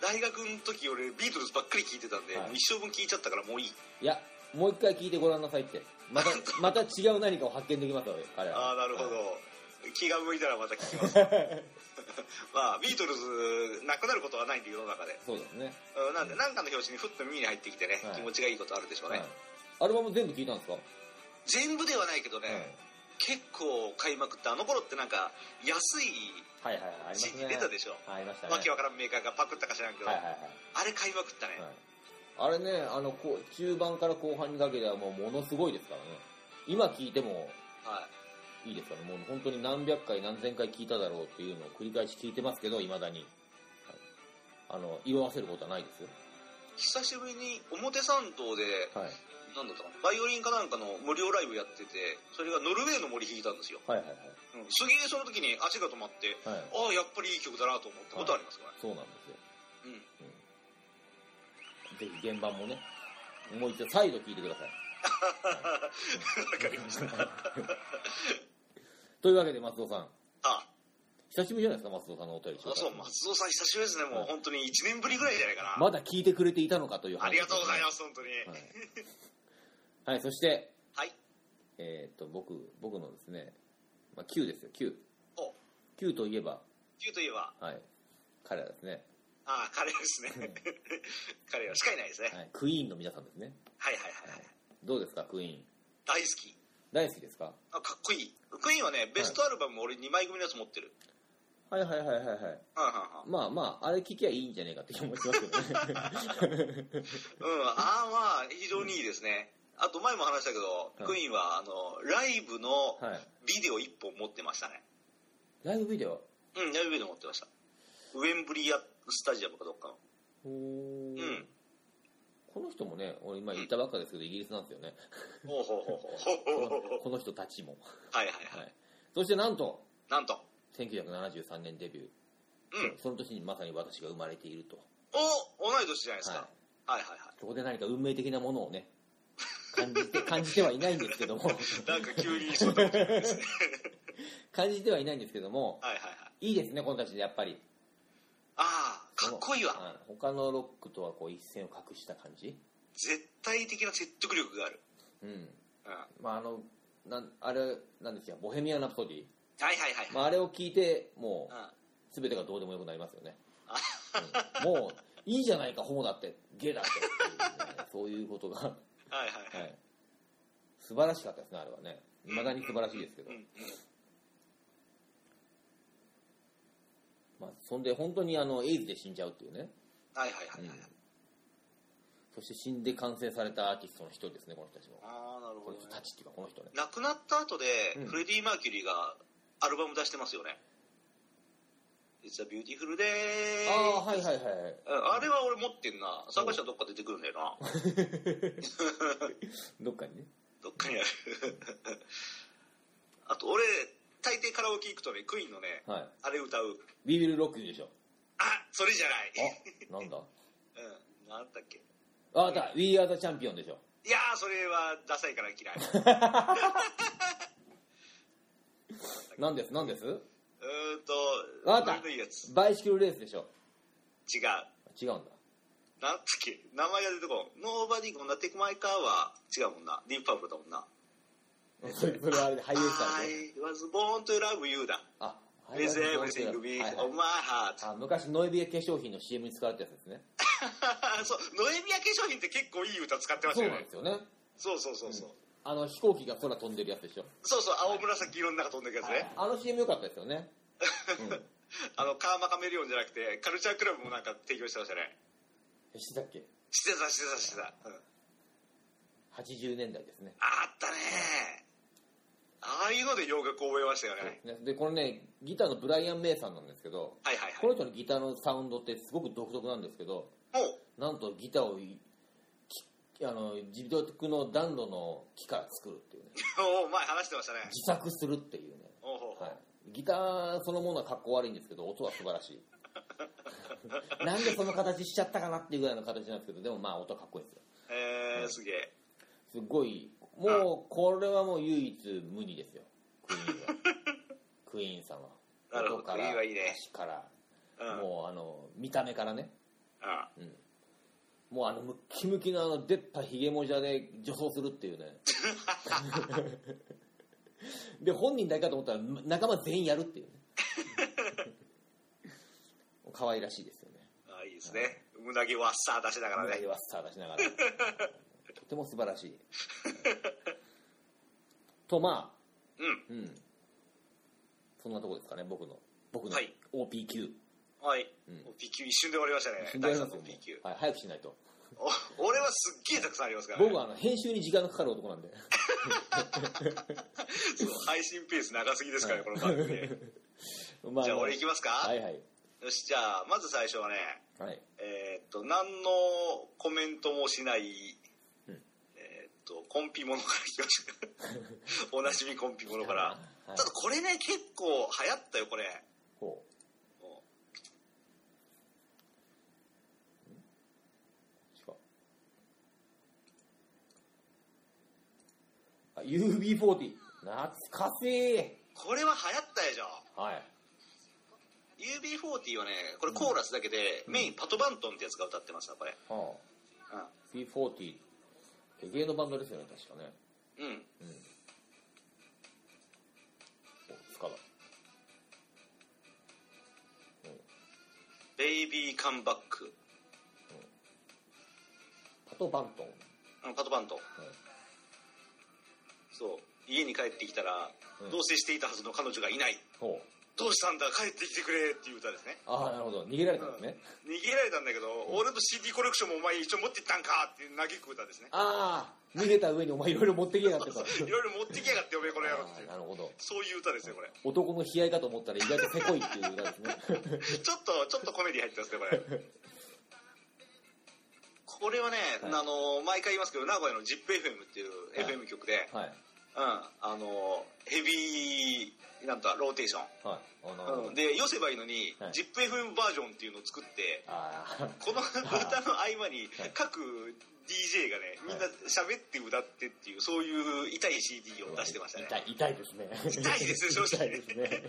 [SPEAKER 2] 大学の時俺ビートルズばっかり聞いてたんで、
[SPEAKER 1] はい
[SPEAKER 2] もう一生分聞いちゃったからもういい。
[SPEAKER 1] いやもう一回聞いてごらんなさいって またまた違う何かを発見できますわよ彼は
[SPEAKER 2] ああ、なるほ
[SPEAKER 1] はい
[SPEAKER 2] ど。気が向いたらまた聞 きます。まあ、ビートルズ、なくなることはないんで、世の中で。
[SPEAKER 1] そうですね、
[SPEAKER 2] うんなんで、なんかの表紙にふっと耳に入ってきてね、
[SPEAKER 1] はい
[SPEAKER 2] 気持ちがいいことあるでしょう
[SPEAKER 1] は
[SPEAKER 2] ね。
[SPEAKER 1] い、アルバム全部聞いたんですか、
[SPEAKER 2] 全部ではないけどね、結構買いまくって、あの頃ってなんか、安い
[SPEAKER 1] はいはいはいありま
[SPEAKER 2] 時
[SPEAKER 1] す
[SPEAKER 2] 期
[SPEAKER 1] ね
[SPEAKER 2] 出たでしょ。
[SPEAKER 1] ありましたね
[SPEAKER 2] わけわからんメーカーがパクったか知らんけど、
[SPEAKER 1] はいはいはい
[SPEAKER 2] あれ買いまくったね。
[SPEAKER 1] はい、あれねあのこう中盤から後半にかけてはもうものすごいですからね今聞いても
[SPEAKER 2] はい
[SPEAKER 1] いですからもう本当に何百回何千回聞いただろうっていうのを繰り返し聞いてますけどいまだに、はいあの色あせることはないですよ
[SPEAKER 2] 久しぶりに表参道で、
[SPEAKER 1] はい
[SPEAKER 2] なんだったかな、バイオリンかなんかの無料ライブやってて、それがノルウェーの森弾いたんですよ。
[SPEAKER 1] はいはい
[SPEAKER 2] うんすげえその時に足が止まって、
[SPEAKER 1] はいはい
[SPEAKER 2] ああ、やっぱりいい曲だなと思ったことありますからね。
[SPEAKER 1] そうなんですよ
[SPEAKER 2] うん。
[SPEAKER 1] ぜひ現場もねもう一度再度聞いてく ださい
[SPEAKER 2] わかりました。
[SPEAKER 1] というわけで松尾さん
[SPEAKER 2] あ、
[SPEAKER 1] 久しぶりじゃないですか松尾さんのお便り紹
[SPEAKER 2] あ
[SPEAKER 1] 介
[SPEAKER 2] そう、松尾さん久しぶりですね。もう本当に1年ぶりぐらいじゃないかな。
[SPEAKER 1] まだ聞いてくれていたのかという話
[SPEAKER 2] ありがとうござい
[SPEAKER 1] ま
[SPEAKER 2] ます、本当に。
[SPEAKER 1] はい、はい、そして
[SPEAKER 2] はい。
[SPEAKER 1] えーっと僕僕のですね、まあ、Q ですよ Q
[SPEAKER 2] お、
[SPEAKER 1] Q といえば、
[SPEAKER 2] Q といえば、
[SPEAKER 1] はい、彼らですね、
[SPEAKER 2] ああ、彼ですね。 彼はしかいないですね。
[SPEAKER 1] はい、クイーンの皆さんですね
[SPEAKER 2] はいはいはいはい。
[SPEAKER 1] どうですかクイーン
[SPEAKER 2] 大好き。
[SPEAKER 1] 大好きですか
[SPEAKER 2] あ、かっこいい。クイーンはね、ベストアルバム俺2枚組のやつ持ってる。
[SPEAKER 1] はいはいはいはいはい
[SPEAKER 2] うん、うん、
[SPEAKER 1] まあまああれ聞きゃいいんじゃねえかって思いますけどね
[SPEAKER 2] うん。うん、ああまあ、非常にいいですね。あと前も話したけど、
[SPEAKER 1] はい
[SPEAKER 2] クイーンは、あの、ライブの
[SPEAKER 1] はい
[SPEAKER 2] ビデオ1本持ってましたね。
[SPEAKER 1] ライブビデオ
[SPEAKER 2] うん、ライブビデオ持ってました。ウェンブリースタジアムかどっかの。
[SPEAKER 1] ほー
[SPEAKER 2] うん
[SPEAKER 1] この人もね俺今言ったばっかですけどイギリスなんですよね
[SPEAKER 2] ほうほうほう
[SPEAKER 1] こ
[SPEAKER 2] ほう。ほうほうほ
[SPEAKER 1] の
[SPEAKER 2] う
[SPEAKER 1] この人たちも
[SPEAKER 2] はいはいはい。
[SPEAKER 1] はいそしてなんと
[SPEAKER 2] なんと。
[SPEAKER 1] 1973年デビュー
[SPEAKER 2] うん。
[SPEAKER 1] その年にまさに私が生まれていると、
[SPEAKER 2] お、同い年じゃないですか。
[SPEAKER 1] はい
[SPEAKER 2] はいはいはい。
[SPEAKER 1] そこで何か運命的なものをね、感じて、 感じてはいないんですけども、
[SPEAKER 2] なんか急にそうだったですね。
[SPEAKER 1] 感じてはいないんですけども、
[SPEAKER 2] はいはいはい。
[SPEAKER 1] いいですね、このたちでやっぱり。
[SPEAKER 2] ああ、かっこいいわ。
[SPEAKER 1] うん他のロックとはこう一線を画した感じ。
[SPEAKER 2] 絶対的な説得力がある。
[SPEAKER 1] うん。
[SPEAKER 2] うん。は
[SPEAKER 1] まあ、あの、なんあれ、なんですよ、ボヘミアン・ラプソディ。
[SPEAKER 2] いはいはいはい。
[SPEAKER 1] まあ、あれを聞いて、も
[SPEAKER 2] うん。あ
[SPEAKER 1] う、すべてがどうでもよくなりますよね。うんもう、いいじゃないか、ホモだって、ゲイだってっていうね、そういうことが、は
[SPEAKER 2] はいはいはい。
[SPEAKER 1] い。素晴らしかったですね、あれはね。未だに素晴らしいですけど
[SPEAKER 2] うん。うん。
[SPEAKER 1] まあ、そんで本当にあのエイズで死んじゃうっていうね、
[SPEAKER 2] はいはいはいはい。
[SPEAKER 1] そして死んで完成されたアーティストの一人ですねこの人たちも
[SPEAKER 2] ああ、なる
[SPEAKER 1] こ
[SPEAKER 2] ほ
[SPEAKER 1] の
[SPEAKER 2] ど
[SPEAKER 1] 人
[SPEAKER 2] ね。
[SPEAKER 1] たちっていうかこの人ね
[SPEAKER 2] 亡くなった後で
[SPEAKER 1] うん、
[SPEAKER 2] フレディ・マーキュリーがアルバム出してますよね。It's a beautiful day.
[SPEAKER 1] ああはいはいはいはい
[SPEAKER 2] うんあれは俺持ってんな。探したらどっか出てくるんだよな。
[SPEAKER 1] どっかにね
[SPEAKER 2] どっかにある。 あと、俺、大抵カラオケ行くとね、クイーンのね、
[SPEAKER 1] はい
[SPEAKER 2] あれ歌う。
[SPEAKER 1] 「We Will Rock You」でしょ
[SPEAKER 2] あ、それじゃない。
[SPEAKER 1] あなんだ
[SPEAKER 2] うん、なんだっけ。
[SPEAKER 1] ああだ We Are the Champion でしょ
[SPEAKER 2] いやー、それはダサいか ら嫌い。
[SPEAKER 1] なんですなんです
[SPEAKER 2] うーんと、
[SPEAKER 1] わかった
[SPEAKER 2] どれのいいやつ。
[SPEAKER 1] バイシクルレースでしょ
[SPEAKER 2] 違う。
[SPEAKER 1] 違うんだ
[SPEAKER 2] なんだっけ名前が出てこん。Nobody gonna take my car は違うもんな。ディープパープルだもんな。
[SPEAKER 1] それそれはあれで俳優さんで。
[SPEAKER 2] I was born to love you だ。
[SPEAKER 1] あ、俳
[SPEAKER 2] With
[SPEAKER 1] 優さんの
[SPEAKER 2] everything be
[SPEAKER 1] はい
[SPEAKER 2] on my heart.
[SPEAKER 1] あ昔ノエビエ化粧品の CM に使われたやつですね。
[SPEAKER 2] そう、ノエビア化粧品って結構いい歌使ってます
[SPEAKER 1] そう
[SPEAKER 2] よ
[SPEAKER 1] なん
[SPEAKER 2] ね
[SPEAKER 1] で。すよね。
[SPEAKER 2] そうそうそうそう。
[SPEAKER 1] あの飛行機が空飛んでるやつでしょ。
[SPEAKER 2] そうそう、青紫色の中飛んでるやつね。
[SPEAKER 1] あの CM 良かったですよ ね。うん
[SPEAKER 2] あの、カーマカメレオンじゃなくて、カルチャークラブもなんか提供してましたね。
[SPEAKER 1] え。してたっけ
[SPEAKER 2] してた、してた、してた。うん
[SPEAKER 1] ?80 年代ですね。
[SPEAKER 2] あったねああいうので洋楽覚えましたよね。
[SPEAKER 1] ねで、これね、ギターのブライアン・メイさんなんですけど、
[SPEAKER 2] はいはいはい。
[SPEAKER 1] この人のギターのサウンドってすごく独特なんですけど、
[SPEAKER 2] もう、
[SPEAKER 1] なんとギターをいきあの自宅の暖炉の木から作るっ ていうね、
[SPEAKER 2] おお前話してましたね。
[SPEAKER 1] 自作するっていうね、
[SPEAKER 2] おうほうほう
[SPEAKER 1] はい、ギターそのものは格好悪いんですけど、音は素晴ら しい。なんでその形しちゃったかなっていうぐらいの形なんですけど、でもまあ音はかっこいいんですよ。
[SPEAKER 2] えー、すげえ。
[SPEAKER 1] すごい、もうこれはもう唯一無二 ですよ、クイーンは。クイーンさんは。
[SPEAKER 2] なるほど
[SPEAKER 1] 音か
[SPEAKER 2] クイーン
[SPEAKER 1] ら、
[SPEAKER 2] はいいね
[SPEAKER 1] 歌詞から、
[SPEAKER 2] うん。うん。
[SPEAKER 1] もうあの、見た目からね。
[SPEAKER 2] あ
[SPEAKER 1] もうあのムッキムキのあの出っ歯ひげもじゃで女装するっていう ねで本人だけかと思ったら仲間全員やる っていうね可愛らしいですよね
[SPEAKER 2] あ、いいですね。胸毛ワッサー出しながら
[SPEAKER 1] 胸
[SPEAKER 2] ね
[SPEAKER 1] 毛。はスター出しながらとても素晴らし いとま
[SPEAKER 2] うん。
[SPEAKER 1] あうんそんなとこですかね僕の僕の
[SPEAKER 2] はい
[SPEAKER 1] OPQ、
[SPEAKER 2] はい。
[SPEAKER 1] うん
[SPEAKER 2] もう B 級一瞬で終わりましたね。
[SPEAKER 1] 死んじゃ
[SPEAKER 2] 第
[SPEAKER 1] い
[SPEAKER 2] 3
[SPEAKER 1] ますよ
[SPEAKER 2] の
[SPEAKER 1] も
[SPEAKER 2] B 級
[SPEAKER 1] う。はい、早くしないと
[SPEAKER 2] お俺はすっげえたくさんありますから、ね。
[SPEAKER 1] 僕はあの編集に時間がかかる男なんで
[SPEAKER 2] そう配信ペース長すぎですからね、この番組。 じ
[SPEAKER 1] ま
[SPEAKER 2] ゃあ俺行きますか、
[SPEAKER 1] はいはい
[SPEAKER 2] よし、じゃあ、まず最初はね、
[SPEAKER 1] はい
[SPEAKER 2] えーっと、何のコメントもしない、
[SPEAKER 1] うん
[SPEAKER 2] えーっと、コンピものからいきました。 おなじみコンピものから。
[SPEAKER 1] はい
[SPEAKER 2] ただこれね、結構流行ったよ、これ。
[SPEAKER 1] ほ
[SPEAKER 2] も
[SPEAKER 1] う違うあ UB40 懐かしいう
[SPEAKER 2] これは流行ったでしょ。
[SPEAKER 1] はい
[SPEAKER 2] UB40 はね、これコーラスだけで、メインパトバントンってやつが歌ってました、これ。
[SPEAKER 1] はあ
[SPEAKER 2] うん。
[SPEAKER 1] B40 芸能バンドですよね確かね
[SPEAKER 2] うん。
[SPEAKER 1] うんおつかだ
[SPEAKER 2] ベイビーカムバック。
[SPEAKER 1] パト・バントン、
[SPEAKER 2] うん、パトバントン。そう。家に帰ってきたら、
[SPEAKER 1] うん
[SPEAKER 2] 同棲していたはずの彼女がいない。
[SPEAKER 1] ほう
[SPEAKER 2] どうしたんだ帰ってきてくれっていう歌ですね。
[SPEAKER 1] ああなるほど逃げられたんですね、
[SPEAKER 2] 逃げられたんだけど、俺の CD コレクションもお前一応持ってったんかって嘆く歌ですね。
[SPEAKER 1] ああ逃げた上にお前いろいろ持ってきやがってとあ
[SPEAKER 2] いろいろ持ってきやがっておめえこの野郎ってい
[SPEAKER 1] あな。
[SPEAKER 2] う
[SPEAKER 1] るほど
[SPEAKER 2] そういう歌ですね、これ。
[SPEAKER 1] 男の悲哀かと思ったら意外とせこいっていう歌ですね
[SPEAKER 2] ちょっと、ちょっとコメディ入ってますね、これ。これはね、
[SPEAKER 1] はい
[SPEAKER 2] あの、毎回言いますけど、名古屋の ZIPFM っていう
[SPEAKER 1] はい
[SPEAKER 2] FM 局で、
[SPEAKER 1] はい
[SPEAKER 2] うん、あの、ヘビー、なんだ、ローテーション。
[SPEAKER 1] はいあなるほど、
[SPEAKER 2] うんで、寄せばいいのに、
[SPEAKER 1] はい
[SPEAKER 2] ZIPFM バージョンっていうのを作って、
[SPEAKER 1] ああ
[SPEAKER 2] この 歌の合間に
[SPEAKER 1] はい
[SPEAKER 2] 各 DJ がね、みんな喋って歌ってっていう、そういう痛い CD を出してましたね。
[SPEAKER 1] 痛い痛いですね
[SPEAKER 2] 痛いですね正直
[SPEAKER 1] 痛いですね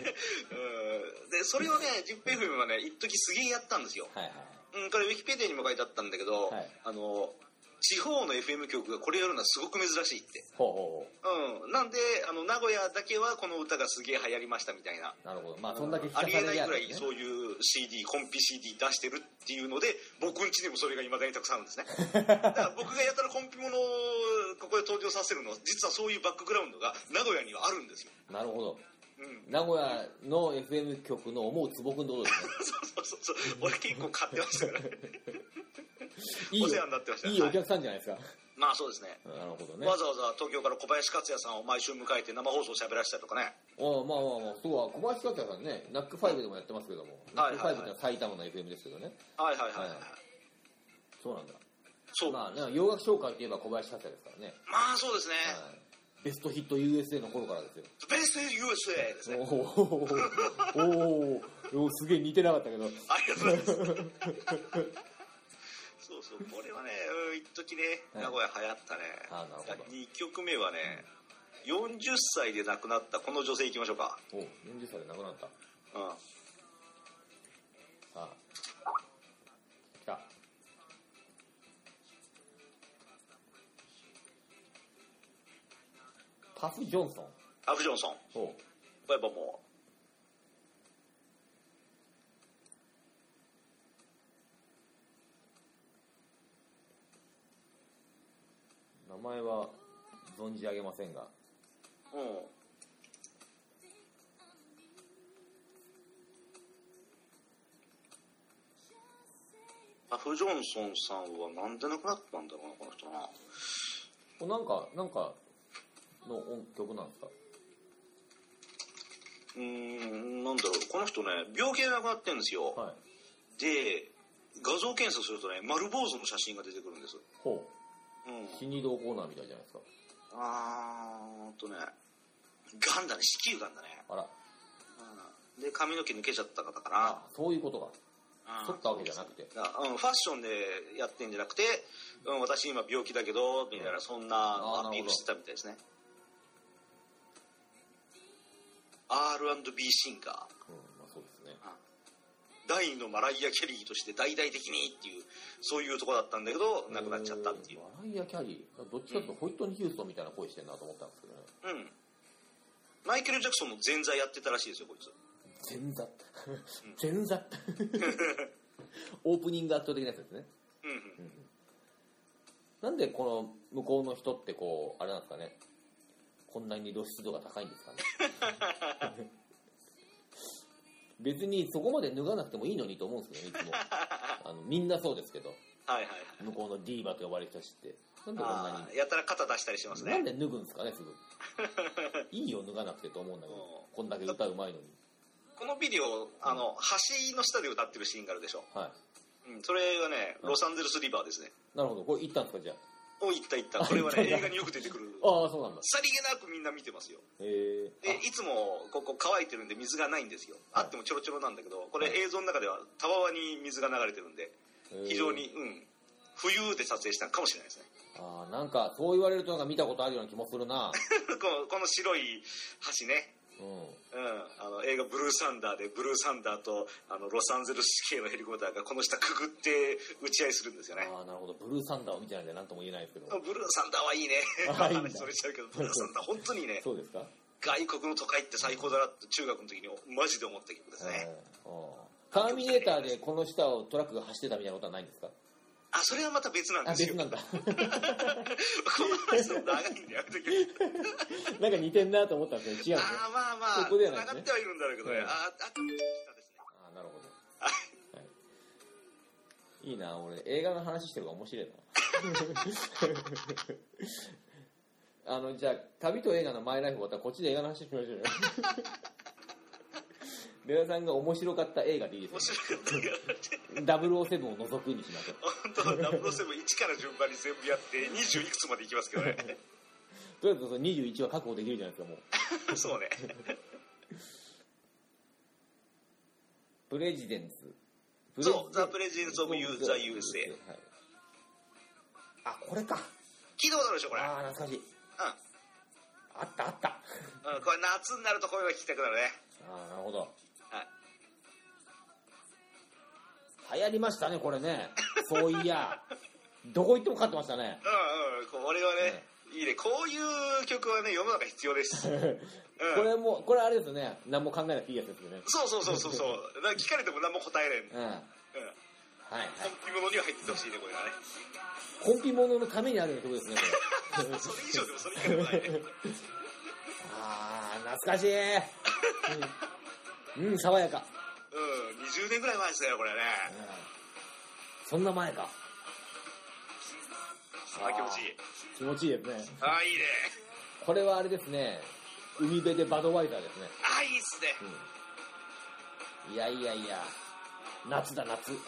[SPEAKER 2] うんで、それをね、10FM はね、一時すげえやったんですよ。
[SPEAKER 1] はいはい
[SPEAKER 2] うん、これウィキペディアにも書いてあったんだけど、
[SPEAKER 1] はい
[SPEAKER 2] あの、地方の FM 局がこれやるのはすごく珍しいって。
[SPEAKER 1] ほうほ
[SPEAKER 2] うん。なんで、あの、名古屋だけはこの歌がすげえ流行りましたみたいな。
[SPEAKER 1] うほうなるほどまあそんだけ
[SPEAKER 2] ありえない
[SPEAKER 1] や
[SPEAKER 2] ぐらい
[SPEAKER 1] ね
[SPEAKER 2] そういう CD、コンピ CD 出してるっていうので、僕ん家にもそれが未だにたくさんあるん ですね。だから僕がやたらコンピものをここで登場させるのは、実はそういうバックグラウンドが名古屋にはあるんですよ。
[SPEAKER 1] なるほど
[SPEAKER 2] うん。
[SPEAKER 1] 名古屋の FM 局の思うつぼくんってことですね
[SPEAKER 2] そうそうそうそう俺結構買ってましたからね
[SPEAKER 1] いい
[SPEAKER 2] お世話になってました
[SPEAKER 1] いいお客さんじゃないですか、
[SPEAKER 2] まあそうですね
[SPEAKER 1] なるほどね
[SPEAKER 2] わざわざ東京から小林克也さんを毎週迎えて生放送を喋らせたりとかね
[SPEAKER 1] おうまあまあまあそうは小林克也さんねナックファイブでもやってますけども、
[SPEAKER 2] はい
[SPEAKER 1] ナッ
[SPEAKER 2] はいはい
[SPEAKER 1] クファイブってのは埼玉の FM ですけどね
[SPEAKER 2] はいはいはい、
[SPEAKER 1] は
[SPEAKER 2] はいい、
[SPEAKER 1] そうなんだ
[SPEAKER 2] そうまあ、
[SPEAKER 1] まあね洋楽紹介といえば小林克也ですからね、
[SPEAKER 2] そうですね、
[SPEAKER 1] はい、ベストヒット USA の頃からですよ
[SPEAKER 2] ベスト USA ですね
[SPEAKER 1] おおおおおすげえ似てなかったけど
[SPEAKER 2] ありがとうございますそうそうこれはねうん一時ね
[SPEAKER 1] はい
[SPEAKER 2] 名古屋流行ったね、
[SPEAKER 1] あーなるほど
[SPEAKER 2] 2曲目はね40歳で亡くなったこの女性いきましょうか、
[SPEAKER 1] お40歳で亡くなったさ
[SPEAKER 2] うん、
[SPEAKER 1] あ来たハフ・ジョンソン。
[SPEAKER 2] アフジョンソン
[SPEAKER 1] おう
[SPEAKER 2] やっぱも
[SPEAKER 1] 名前は存じ上げませんが。
[SPEAKER 2] ううんアフジョンソンさんはなんで亡くなったんだろうなこの人な
[SPEAKER 1] これなんか、なんかの音曲なんですか
[SPEAKER 2] うーんなんだろうこの人ね病気で亡くなってるんですよ、
[SPEAKER 1] はい。
[SPEAKER 2] で画像検索するとね丸坊主の写真が出てくるんです
[SPEAKER 1] ほ
[SPEAKER 2] うん
[SPEAKER 1] う。死にどうコーナーみたいじゃないですか。
[SPEAKER 2] あーっとねガンだね子宮ガンだね、
[SPEAKER 1] あら、
[SPEAKER 2] うんで髪の毛抜けちゃった方か
[SPEAKER 1] そういうことが。
[SPEAKER 2] な、うん
[SPEAKER 1] 剃ったわけじゃなくて。
[SPEAKER 2] だうん、ファッションでやってんじゃなくて、うん、私今病気だけどみたいなそんな
[SPEAKER 1] あー
[SPEAKER 2] アピールしてたみたいですね R&B シンガー
[SPEAKER 1] うん、まあそうですね。
[SPEAKER 2] 第二のマライア・キャリーとして大々的にっていうそういうとこだったんだけど亡くなっちゃったっていう
[SPEAKER 1] えーマライア・キャリー。どっちかっていうとホイットニー・ヒューストンみたいな声してんなと思ったんですけどね。
[SPEAKER 2] うんマイケル・ジャクソンの前座やってたらしいですよこいつ
[SPEAKER 1] 前座。前座。オープニング圧倒的なやつですね。
[SPEAKER 2] うんうん
[SPEAKER 1] なんでこの向こうの人ってこう、あれなんですかね。こんなに露出度が高いんですかね。 別にそこまで脱がなくてもいいのにと思うんですけどね、いつも。あのみんなそうですけど、
[SPEAKER 2] はいはい
[SPEAKER 1] 向こうのディーバと呼ばれる人たちって。なんでこんな
[SPEAKER 2] あーやたら肩出したりしてます
[SPEAKER 1] に。なん
[SPEAKER 2] ね
[SPEAKER 1] で脱ぐんですかね、すぐ。 いいよ、脱がなくてと思うんだけど
[SPEAKER 2] うん。
[SPEAKER 1] こんだけ歌うまいのに。
[SPEAKER 2] このビデオあの橋の下で歌ってるシーンがあるでしょ、
[SPEAKER 1] は
[SPEAKER 2] うん、それはねロサンゼルス・リバーですね
[SPEAKER 1] い。なるほど。これ行ったんですか、じゃあ。
[SPEAKER 2] おいったいったこれは
[SPEAKER 1] あ
[SPEAKER 2] ね
[SPEAKER 1] 行った
[SPEAKER 2] 映画によく出てくる
[SPEAKER 1] ああ、そうなんだ。
[SPEAKER 2] さりげなくみんな見てますよ
[SPEAKER 1] へえ。
[SPEAKER 2] でいつもここ乾いてるんで水がないんですよあ
[SPEAKER 1] はい
[SPEAKER 2] ってもちょろちょろなんだけどこれ映像の中ではたわわに水が流れてるんで
[SPEAKER 1] あ
[SPEAKER 2] 非常。にうん冬で撮影したのかもしれないですね
[SPEAKER 1] へえああ、なんか、そう言われるとなんか見たことあるような気もする な。
[SPEAKER 2] このこの白い橋ね
[SPEAKER 1] うん。
[SPEAKER 2] うん、あの映画「ブルーサンダー」でブルーサンダーとあのロサンゼルス市警のヘリコプターがこの下くぐって打ち合いするんですよね
[SPEAKER 1] ああ、なるほど。ブルーサンダーを見てないんで何とも言えないですけど。
[SPEAKER 2] ブルーサンダーはいいね
[SPEAKER 1] あいいんだ
[SPEAKER 2] 話それちゃうけどブルーサンダー本当にいいね
[SPEAKER 1] そうですか
[SPEAKER 2] 外国の都会って最高だなって中学の時にマジで思った曲ですね、
[SPEAKER 1] うんうんターミネーターでこの下をトラックが走ってたみたいなことはないんですか
[SPEAKER 2] あそれはまた別なん
[SPEAKER 1] あ、
[SPEAKER 2] ですよ
[SPEAKER 1] 別なんだ。
[SPEAKER 2] この話の長いんでやめとき ゃ
[SPEAKER 1] なんか似てんなと思ったんですけど、違うんですね。
[SPEAKER 2] ああまあまあ
[SPEAKER 1] そこではないです
[SPEAKER 2] 繋が
[SPEAKER 1] ね
[SPEAKER 2] ってはいるんだろうけどね、
[SPEAKER 1] うん
[SPEAKER 2] あああと下ですね
[SPEAKER 1] あーなるほど、はい、いいな俺映画の話してるから面白いなあのじゃあ旅と映画のマイライフ終わったらこっちで映画の話しましょうよベラさんが面白かった映画でいいで
[SPEAKER 2] 面
[SPEAKER 1] す
[SPEAKER 2] 白かったけど
[SPEAKER 1] よ007を除くにしましょう
[SPEAKER 2] 本当は ダブルセブン1から順番に全部やって20いくつまでいきますけど ね
[SPEAKER 1] とりあえずその21は確保できるじゃないですかもう
[SPEAKER 2] そうね
[SPEAKER 1] プレジデンツプレジデン
[SPEAKER 2] そう「ザ・プレジデンス・オブ・ユーザー・ USA
[SPEAKER 1] はい、あこれか」
[SPEAKER 2] 聞いたことあるでしょこれ、うん、
[SPEAKER 1] ああ懐かしいあったあった
[SPEAKER 2] うん、これ夏になるとこういうの聞きたくなるね
[SPEAKER 1] ああなるほど
[SPEAKER 2] はい
[SPEAKER 1] 流行りましたねこれ ねそういやどこ行ってもかかってましたね
[SPEAKER 2] うんうんこれはね、いいねこういう曲はね世の中必要です、うん、
[SPEAKER 1] これもこれあれですよね何も考えなくていいやつですよね
[SPEAKER 2] そうそうそうそうそうだから聞かれても何も答えない、うん、
[SPEAKER 1] うんはいはい
[SPEAKER 2] 本気物には入ってほしいねこれはね
[SPEAKER 1] コンピモノのためにあるようなとこですねこれ
[SPEAKER 2] それ以上でもそれ以下でも ないね
[SPEAKER 1] ああ懐かしいうん、うん爽やか、
[SPEAKER 2] うん20年ぐらい前ですよこれはね
[SPEAKER 1] うん、そんな前か
[SPEAKER 2] あー気持ちいい
[SPEAKER 1] 気持ちいいですね
[SPEAKER 2] ああいいね
[SPEAKER 1] これはあれですね海辺でバドワイザーですね、
[SPEAKER 2] ああいいっすね
[SPEAKER 1] うん、いやいやいや夏だ夏
[SPEAKER 2] うんもう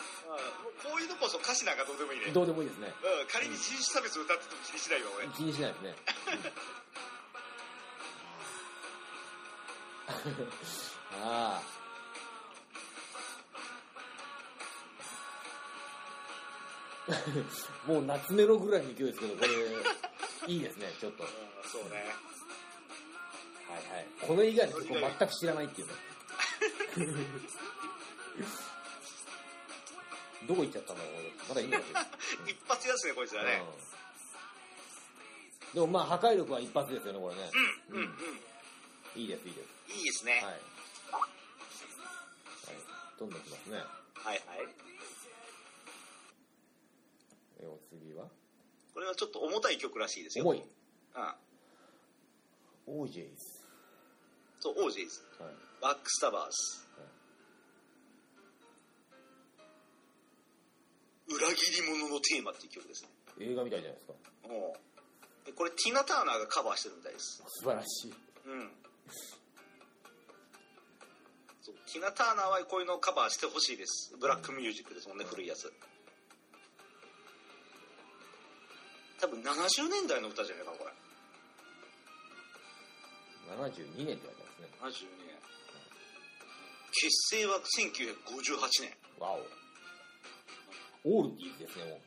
[SPEAKER 2] こういうのこそ歌詞なんかどうでもいいね
[SPEAKER 1] どうでもいいですね
[SPEAKER 2] うん、仮に人種差別を歌ってても気にしないわ俺
[SPEAKER 1] 気にしないですね。 ああ。もう夏メロぐらいの勢いですけど、これ、いいですね、ちょっと。は
[SPEAKER 2] うんそうね
[SPEAKER 1] いはい。この以外の曲を全く知らない っていうね。ど こ行っちゃったんだろう、俺まだいいのかな
[SPEAKER 2] 一発屋ですねこいつはね、
[SPEAKER 1] うんでもまあ破壊力は一発ですよね、これね。
[SPEAKER 2] うん、うん、うん。
[SPEAKER 1] いいです、いいで
[SPEAKER 2] いいです
[SPEAKER 1] す。
[SPEAKER 2] ね
[SPEAKER 1] はい。。はい。どんどん来ますね。
[SPEAKER 2] はい、はい。
[SPEAKER 1] えお次は
[SPEAKER 2] これはちょっと重たい曲らしいですよ。
[SPEAKER 1] 重い。
[SPEAKER 2] うん。
[SPEAKER 1] OJs。
[SPEAKER 2] そう、オージーズ。
[SPEAKER 1] はい。
[SPEAKER 2] バックスタバーズ。裏切り者のテーマっていう曲ですね。
[SPEAKER 1] 映画みたいじゃないですか。
[SPEAKER 2] もう。でこれ、ティナ・ターナーがカバーしてるみたいです。
[SPEAKER 1] 素晴らしい。
[SPEAKER 2] うん。そうティナ・ターナーはこういうのをカバーしてほしいです。ブラックミュージックですもんね、古いやつ。多分70年代の歌じゃないかな、これ。
[SPEAKER 1] 72年って書いてますね。
[SPEAKER 2] 72年。結成は1958年。
[SPEAKER 1] わお。オールディーズですね、もう。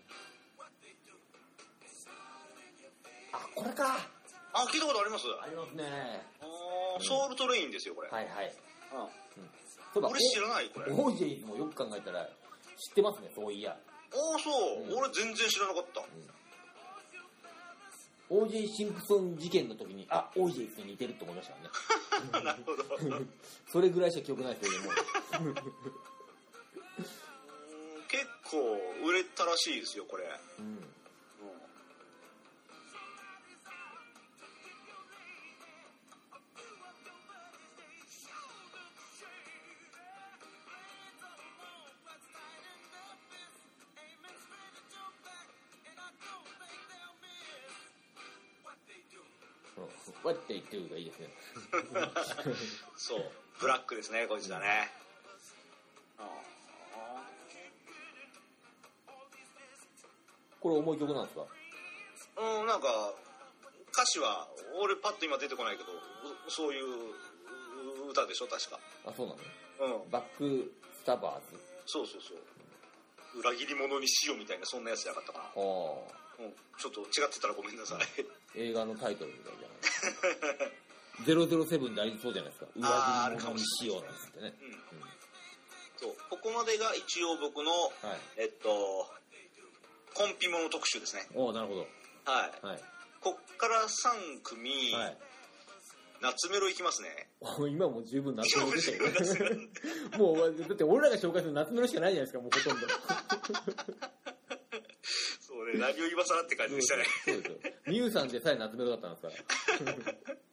[SPEAKER 1] あ、これか
[SPEAKER 2] あ、聞いたことあります
[SPEAKER 1] ありますね。
[SPEAKER 2] あーソウルトレインですよ、これ。
[SPEAKER 1] はいはい。
[SPEAKER 2] うん
[SPEAKER 1] そうだ、
[SPEAKER 2] 俺知らない、これ。ああ、
[SPEAKER 1] オージェイズもよく考えたら知ってますね、そういや。
[SPEAKER 2] そう
[SPEAKER 1] う。ん
[SPEAKER 2] 俺全然知らなかった。
[SPEAKER 1] OJ シンプソン事件の時に、あ、オージェイズに似てるって思いましたもんね。
[SPEAKER 2] なるほど。うーん
[SPEAKER 1] それぐらいしか記憶ないですけども。
[SPEAKER 2] 結構売れたらしいですよ、これ。
[SPEAKER 1] うん。What they do がいい ですね。
[SPEAKER 2] そう。ブラックですね、こいつだね。あ
[SPEAKER 1] これ重い曲なんですか
[SPEAKER 2] ーうん、なんか、歌詞は、俺パッと今出てこないけど、うそういうう歌でしょ、確か。
[SPEAKER 1] あ、そうなの
[SPEAKER 2] うん。
[SPEAKER 1] バックスタバーズ。
[SPEAKER 2] そうそうそう。裏切り者にしようみたいな、そんなやつじゃなかったかな。
[SPEAKER 1] はあ。
[SPEAKER 2] うん、ちょっと違ってたらごめんなさい。
[SPEAKER 1] 映画のタイトルみたいじゃないですか。007でありそうじゃないですか。
[SPEAKER 2] あーあ
[SPEAKER 1] 裏
[SPEAKER 2] る
[SPEAKER 1] 切り
[SPEAKER 2] か
[SPEAKER 1] 者
[SPEAKER 2] も
[SPEAKER 1] に
[SPEAKER 2] し
[SPEAKER 1] し
[SPEAKER 2] れ
[SPEAKER 1] よ
[SPEAKER 2] な
[SPEAKER 1] う
[SPEAKER 2] い
[SPEAKER 1] なんつってね。
[SPEAKER 2] うん、そうここまでが一応僕
[SPEAKER 1] う
[SPEAKER 2] の、
[SPEAKER 1] ん、はい。
[SPEAKER 2] えっと、コンピモの特集ですね。
[SPEAKER 1] おーなるほど。
[SPEAKER 2] はい。
[SPEAKER 1] はい。
[SPEAKER 2] こっから3組、
[SPEAKER 1] はい。
[SPEAKER 2] 夏メロいきますね。
[SPEAKER 1] もう今もう十分夏メロ出て
[SPEAKER 2] 十分夏メロ
[SPEAKER 1] る。もう、だって俺らが紹介する夏メロしかないじゃないですか、もうほとんど。
[SPEAKER 2] そうね、何を今更って感じでしたね。
[SPEAKER 1] そうですよ。ミュウさんでさえ夏メロだったんですから。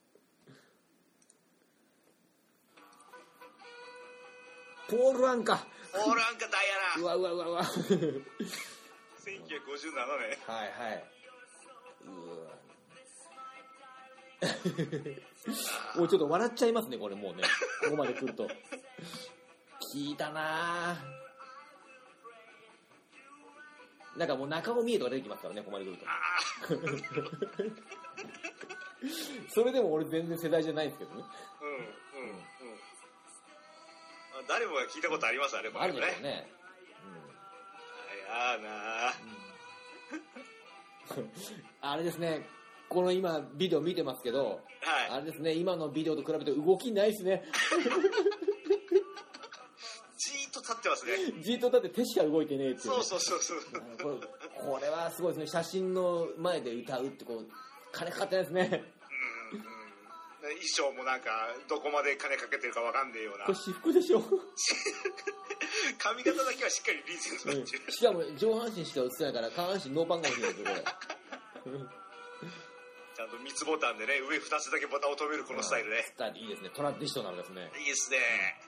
[SPEAKER 1] ポール・アンか
[SPEAKER 2] オールアンカダイア
[SPEAKER 1] う
[SPEAKER 2] ナ
[SPEAKER 1] わうわうわうわはい
[SPEAKER 2] 1957年。
[SPEAKER 1] はいうわもうちょっと笑っちゃいますねこれ もうねここまで来ると聞いたなぁなんかもう中尾美恵とか出てきますからねここまで来ると
[SPEAKER 2] あー
[SPEAKER 1] それでも俺全然世代じゃないんですけどね
[SPEAKER 2] うん、うん、うん。あ誰もが聞いたことありますあれも
[SPEAKER 1] あるでしょう
[SPEAKER 2] ね。
[SPEAKER 1] ね、
[SPEAKER 2] あやなー
[SPEAKER 1] うんあれですねこの今ビデオ見てますけど
[SPEAKER 2] はい。
[SPEAKER 1] あれですね今のビデオと比べて動きないですね
[SPEAKER 2] じーっと立ってますね。
[SPEAKER 1] じっとだって手しか動いてねえっていうね、
[SPEAKER 2] そうそうそ うそう。
[SPEAKER 1] これこれはすごいですね写真の前で歌うってこう金かかってないですね
[SPEAKER 2] うんうん衣装もなんかどこまで金かけてるかわかんねえような
[SPEAKER 1] これ私服でしょ、
[SPEAKER 2] 髪型だけはしっかりリーゼント
[SPEAKER 1] う
[SPEAKER 2] になっ
[SPEAKER 1] ん
[SPEAKER 2] て る、
[SPEAKER 1] しかも上半身しか映ってないから下半身ノーパンかもしれないですよこれうん
[SPEAKER 2] ちゃんと三つボタンでね上二つだけボタンを止めるこのスタイルね
[SPEAKER 1] スタイルいいですねトラディショナルですね
[SPEAKER 2] いいですね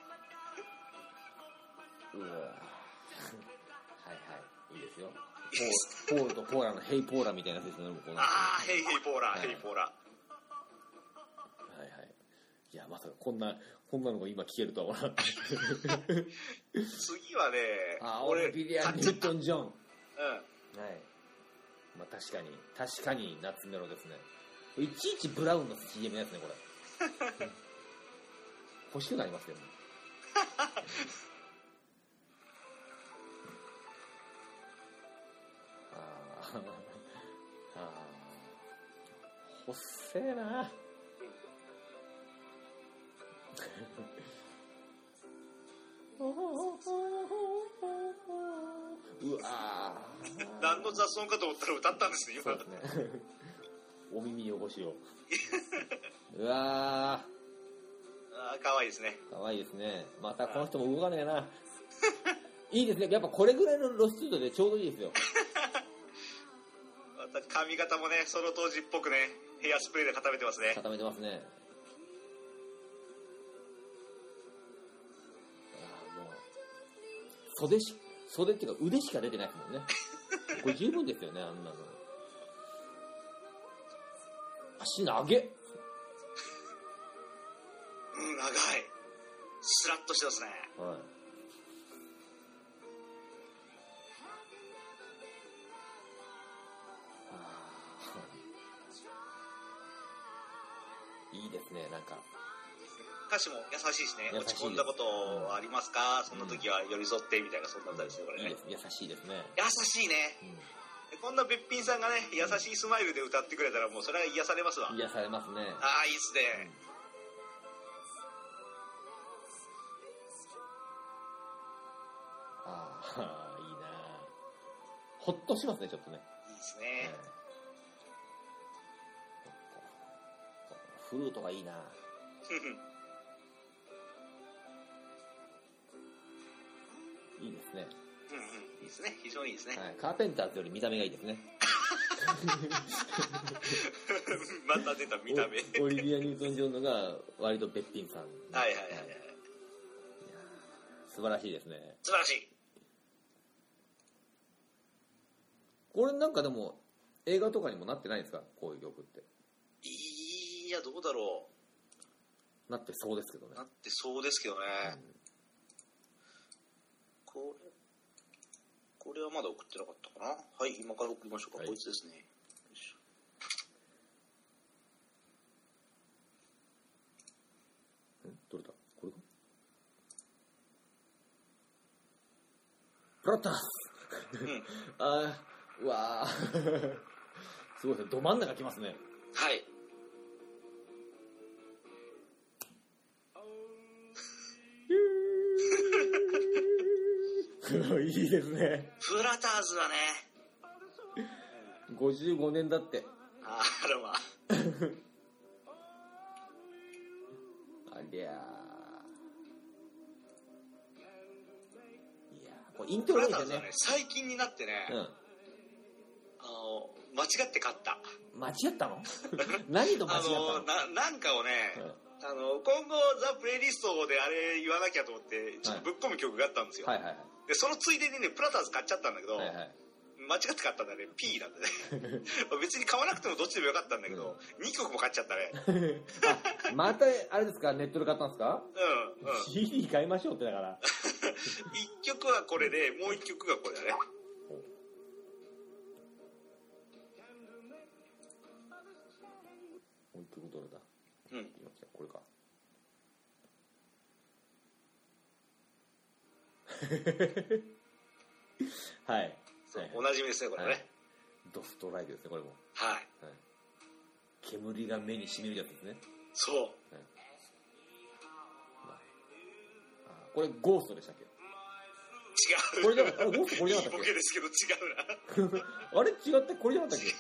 [SPEAKER 1] うわ ぁはいはいいいですよポーポールとポーラのヘイポーラみたいなやつですねもうこのは
[SPEAKER 2] ああヘイヘイポーラ
[SPEAKER 1] はい
[SPEAKER 2] ヘイポーラ
[SPEAKER 1] いはいいやまさかこんなこんなのが今聞けるとは思わなかった
[SPEAKER 2] 次はね
[SPEAKER 1] あ俺ビリアン・ニュートン・ジョンはい
[SPEAKER 2] うん
[SPEAKER 1] まあ確かに確かに夏メロですねいちいちブラウンの CM のやつねこれ 欲しくなりますけどね あーあーほっせ えなうわー
[SPEAKER 2] 何の雑音かと思ったら歌ったんですね
[SPEAKER 1] そう
[SPEAKER 2] 今
[SPEAKER 1] ですね。 お耳にお越しを。うわ
[SPEAKER 2] あー可愛いですね
[SPEAKER 1] ー、かわいいですね。またこの人も動かねえな。いいですね。やっぱこれぐらいの露出度でちょうどいいですよ。
[SPEAKER 2] また髪型もねその当時っぽくねヘアスプレーで固めてますね
[SPEAKER 1] 固めてますね。あーもう袖し、袖っていうか腕しか出てないですもんね。これ十分ですよね、あんなの。足長げ
[SPEAKER 2] うん長いスラッとしてますね
[SPEAKER 1] はい。いいですね、なんか。
[SPEAKER 2] 歌詞も優しいしね
[SPEAKER 1] 優しい
[SPEAKER 2] 落ち込んだことありますかそんな時は寄り添ってみたいなそんな歌ですよこれ
[SPEAKER 1] いいで
[SPEAKER 2] ね
[SPEAKER 1] す、優しいですね。
[SPEAKER 2] 優しいねこんなべっぴんさんがね優しいスマイルで歌ってくれたらもうそれは癒されますわ
[SPEAKER 1] うん、癒されますね。
[SPEAKER 2] ああいいっすね
[SPEAKER 1] ああ、いいなあほっとしますね、ちょっとね。
[SPEAKER 2] いいっす
[SPEAKER 1] うん
[SPEAKER 2] ね
[SPEAKER 1] フルートがいいなあ
[SPEAKER 2] ふふ
[SPEAKER 1] いいですね。
[SPEAKER 2] うんうんいいですね非常にいいですね
[SPEAKER 1] はい、カーペンターズより見た目がいいですね。
[SPEAKER 2] また出た見た目はい
[SPEAKER 1] おオリビア・ニュートン・ジョンのが割とべっぴんさん。
[SPEAKER 2] はいはいはい
[SPEAKER 1] 素晴らしいですね。
[SPEAKER 2] 素晴らしい
[SPEAKER 1] これなんかでも映画とかにもなってないんですかこういう曲って
[SPEAKER 2] いやどうだろう
[SPEAKER 1] なってそうですけどね
[SPEAKER 2] なってそうですけどね、これこれはまだ送ってなかったかなはい今から送りましょうか、
[SPEAKER 1] はい
[SPEAKER 2] こいつですねよいしょ
[SPEAKER 1] うんどれだこれかプラッタース、
[SPEAKER 2] ん
[SPEAKER 1] あーうわー すごいですねど真ん中きます ね
[SPEAKER 2] はい
[SPEAKER 1] すごいいいですね
[SPEAKER 2] プラターズはね
[SPEAKER 1] 55年だって
[SPEAKER 2] あらまあ
[SPEAKER 1] ありゃーいやーこれイント
[SPEAKER 2] プ
[SPEAKER 1] ロ
[SPEAKER 2] ラ
[SPEAKER 1] で
[SPEAKER 2] タ
[SPEAKER 1] すよ
[SPEAKER 2] ーズはね
[SPEAKER 1] ね
[SPEAKER 2] 最近になってね、あの間違って買った
[SPEAKER 1] うん間違った の 何と間違
[SPEAKER 2] あ
[SPEAKER 1] ったの
[SPEAKER 2] のななんかをね、
[SPEAKER 1] うん
[SPEAKER 2] あの今後ザ・プレイリストであれ言わなきゃと思ってちょっとぶっ込む曲があったんですよ、
[SPEAKER 1] はいはいはい
[SPEAKER 2] でそのついでにねプラターズ買っちゃったんだけど、
[SPEAKER 1] はいはい
[SPEAKER 2] 間違って買ったんだね P なんだ ね別に買わなくてもどっちでもよかったんだけど、2曲も買っちゃったね
[SPEAKER 1] あまたあれですかネットで買ったんですか
[SPEAKER 2] うんうん
[SPEAKER 1] CD 買いましょうってだから
[SPEAKER 2] 1曲はこれでもう1曲がこれだね
[SPEAKER 1] もう一曲どれだ
[SPEAKER 2] うん
[SPEAKER 1] 今来たこれか はい、はい、
[SPEAKER 2] そうおなじみですねこれね
[SPEAKER 1] ドストライクですねこれも、
[SPEAKER 2] はい、
[SPEAKER 1] はい、煙が目にしみるやつですね
[SPEAKER 2] そう
[SPEAKER 1] あこれゴーストで したっけ
[SPEAKER 2] 違う
[SPEAKER 1] これじゃなあれゴーストこれじゃ
[SPEAKER 2] い
[SPEAKER 1] ないかっ
[SPEAKER 2] ボ
[SPEAKER 1] たっ
[SPEAKER 2] ケですけど違うな
[SPEAKER 1] けあれ違ってこれじゃなかったっけ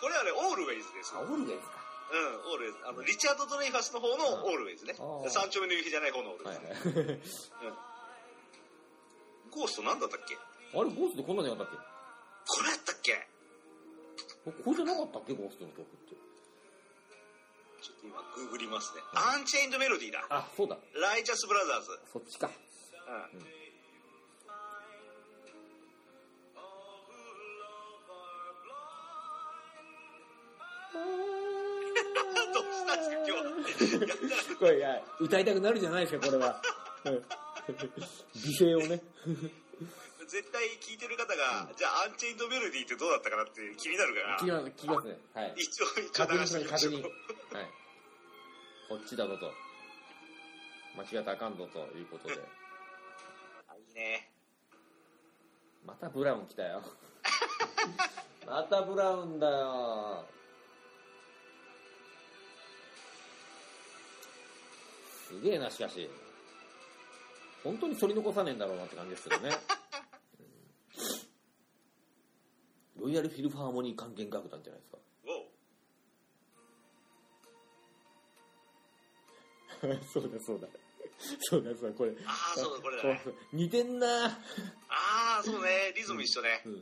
[SPEAKER 2] これはねオールウェイズです
[SPEAKER 1] あ
[SPEAKER 2] うん
[SPEAKER 1] オルウェイズか
[SPEAKER 2] オールウェイズあのリチャード・ドレイファスの方のオールウェイズね
[SPEAKER 1] あー
[SPEAKER 2] 三丁目の夕日じゃない方のオールウェ
[SPEAKER 1] は
[SPEAKER 2] イ
[SPEAKER 1] い
[SPEAKER 2] ズ、
[SPEAKER 1] はい
[SPEAKER 2] ゴーストなんだったっけ
[SPEAKER 1] あれゴーストこんなんじゃなかったっ
[SPEAKER 2] これやったっけ
[SPEAKER 1] けこれじゃなかったっけゴーストの曲って
[SPEAKER 2] ちょっと今グーグりますねアンチェインド・メロディーだ
[SPEAKER 1] あそうだ
[SPEAKER 2] ライジャス・ブラザーズ
[SPEAKER 1] そっち か
[SPEAKER 2] うんどうしたんですか今日やったら
[SPEAKER 1] これいや歌いたくなるじゃないですかこれはうん美声をね
[SPEAKER 2] 絶対聞いてる方が、じゃあアンチェインド・メロディーってどうだったかなって気になるから
[SPEAKER 1] 聞きます聞きますねはい
[SPEAKER 2] 一応一応
[SPEAKER 1] 確認
[SPEAKER 2] 流
[SPEAKER 1] し
[SPEAKER 2] してて
[SPEAKER 1] み
[SPEAKER 2] み
[SPEAKER 1] ま
[SPEAKER 2] ま
[SPEAKER 1] し
[SPEAKER 2] し
[SPEAKER 1] ょ
[SPEAKER 2] ょ
[SPEAKER 1] う
[SPEAKER 2] う
[SPEAKER 1] 確認はいこっちだぞと間違ったらあかんぞということで
[SPEAKER 2] あいいね
[SPEAKER 1] またブラウン来たよまたブラウンだよすげえなしかし本当に取り残さねえんだろうなって感じですけどねうんロイヤルフィルハーモニー管弦楽団じゃないですか。
[SPEAKER 2] わお
[SPEAKER 1] そうだそうだ。そうだそうだ、これ。
[SPEAKER 2] ああそうだこれだね
[SPEAKER 1] こう似てんな
[SPEAKER 2] ああそうねリズム一緒ね、
[SPEAKER 1] うん。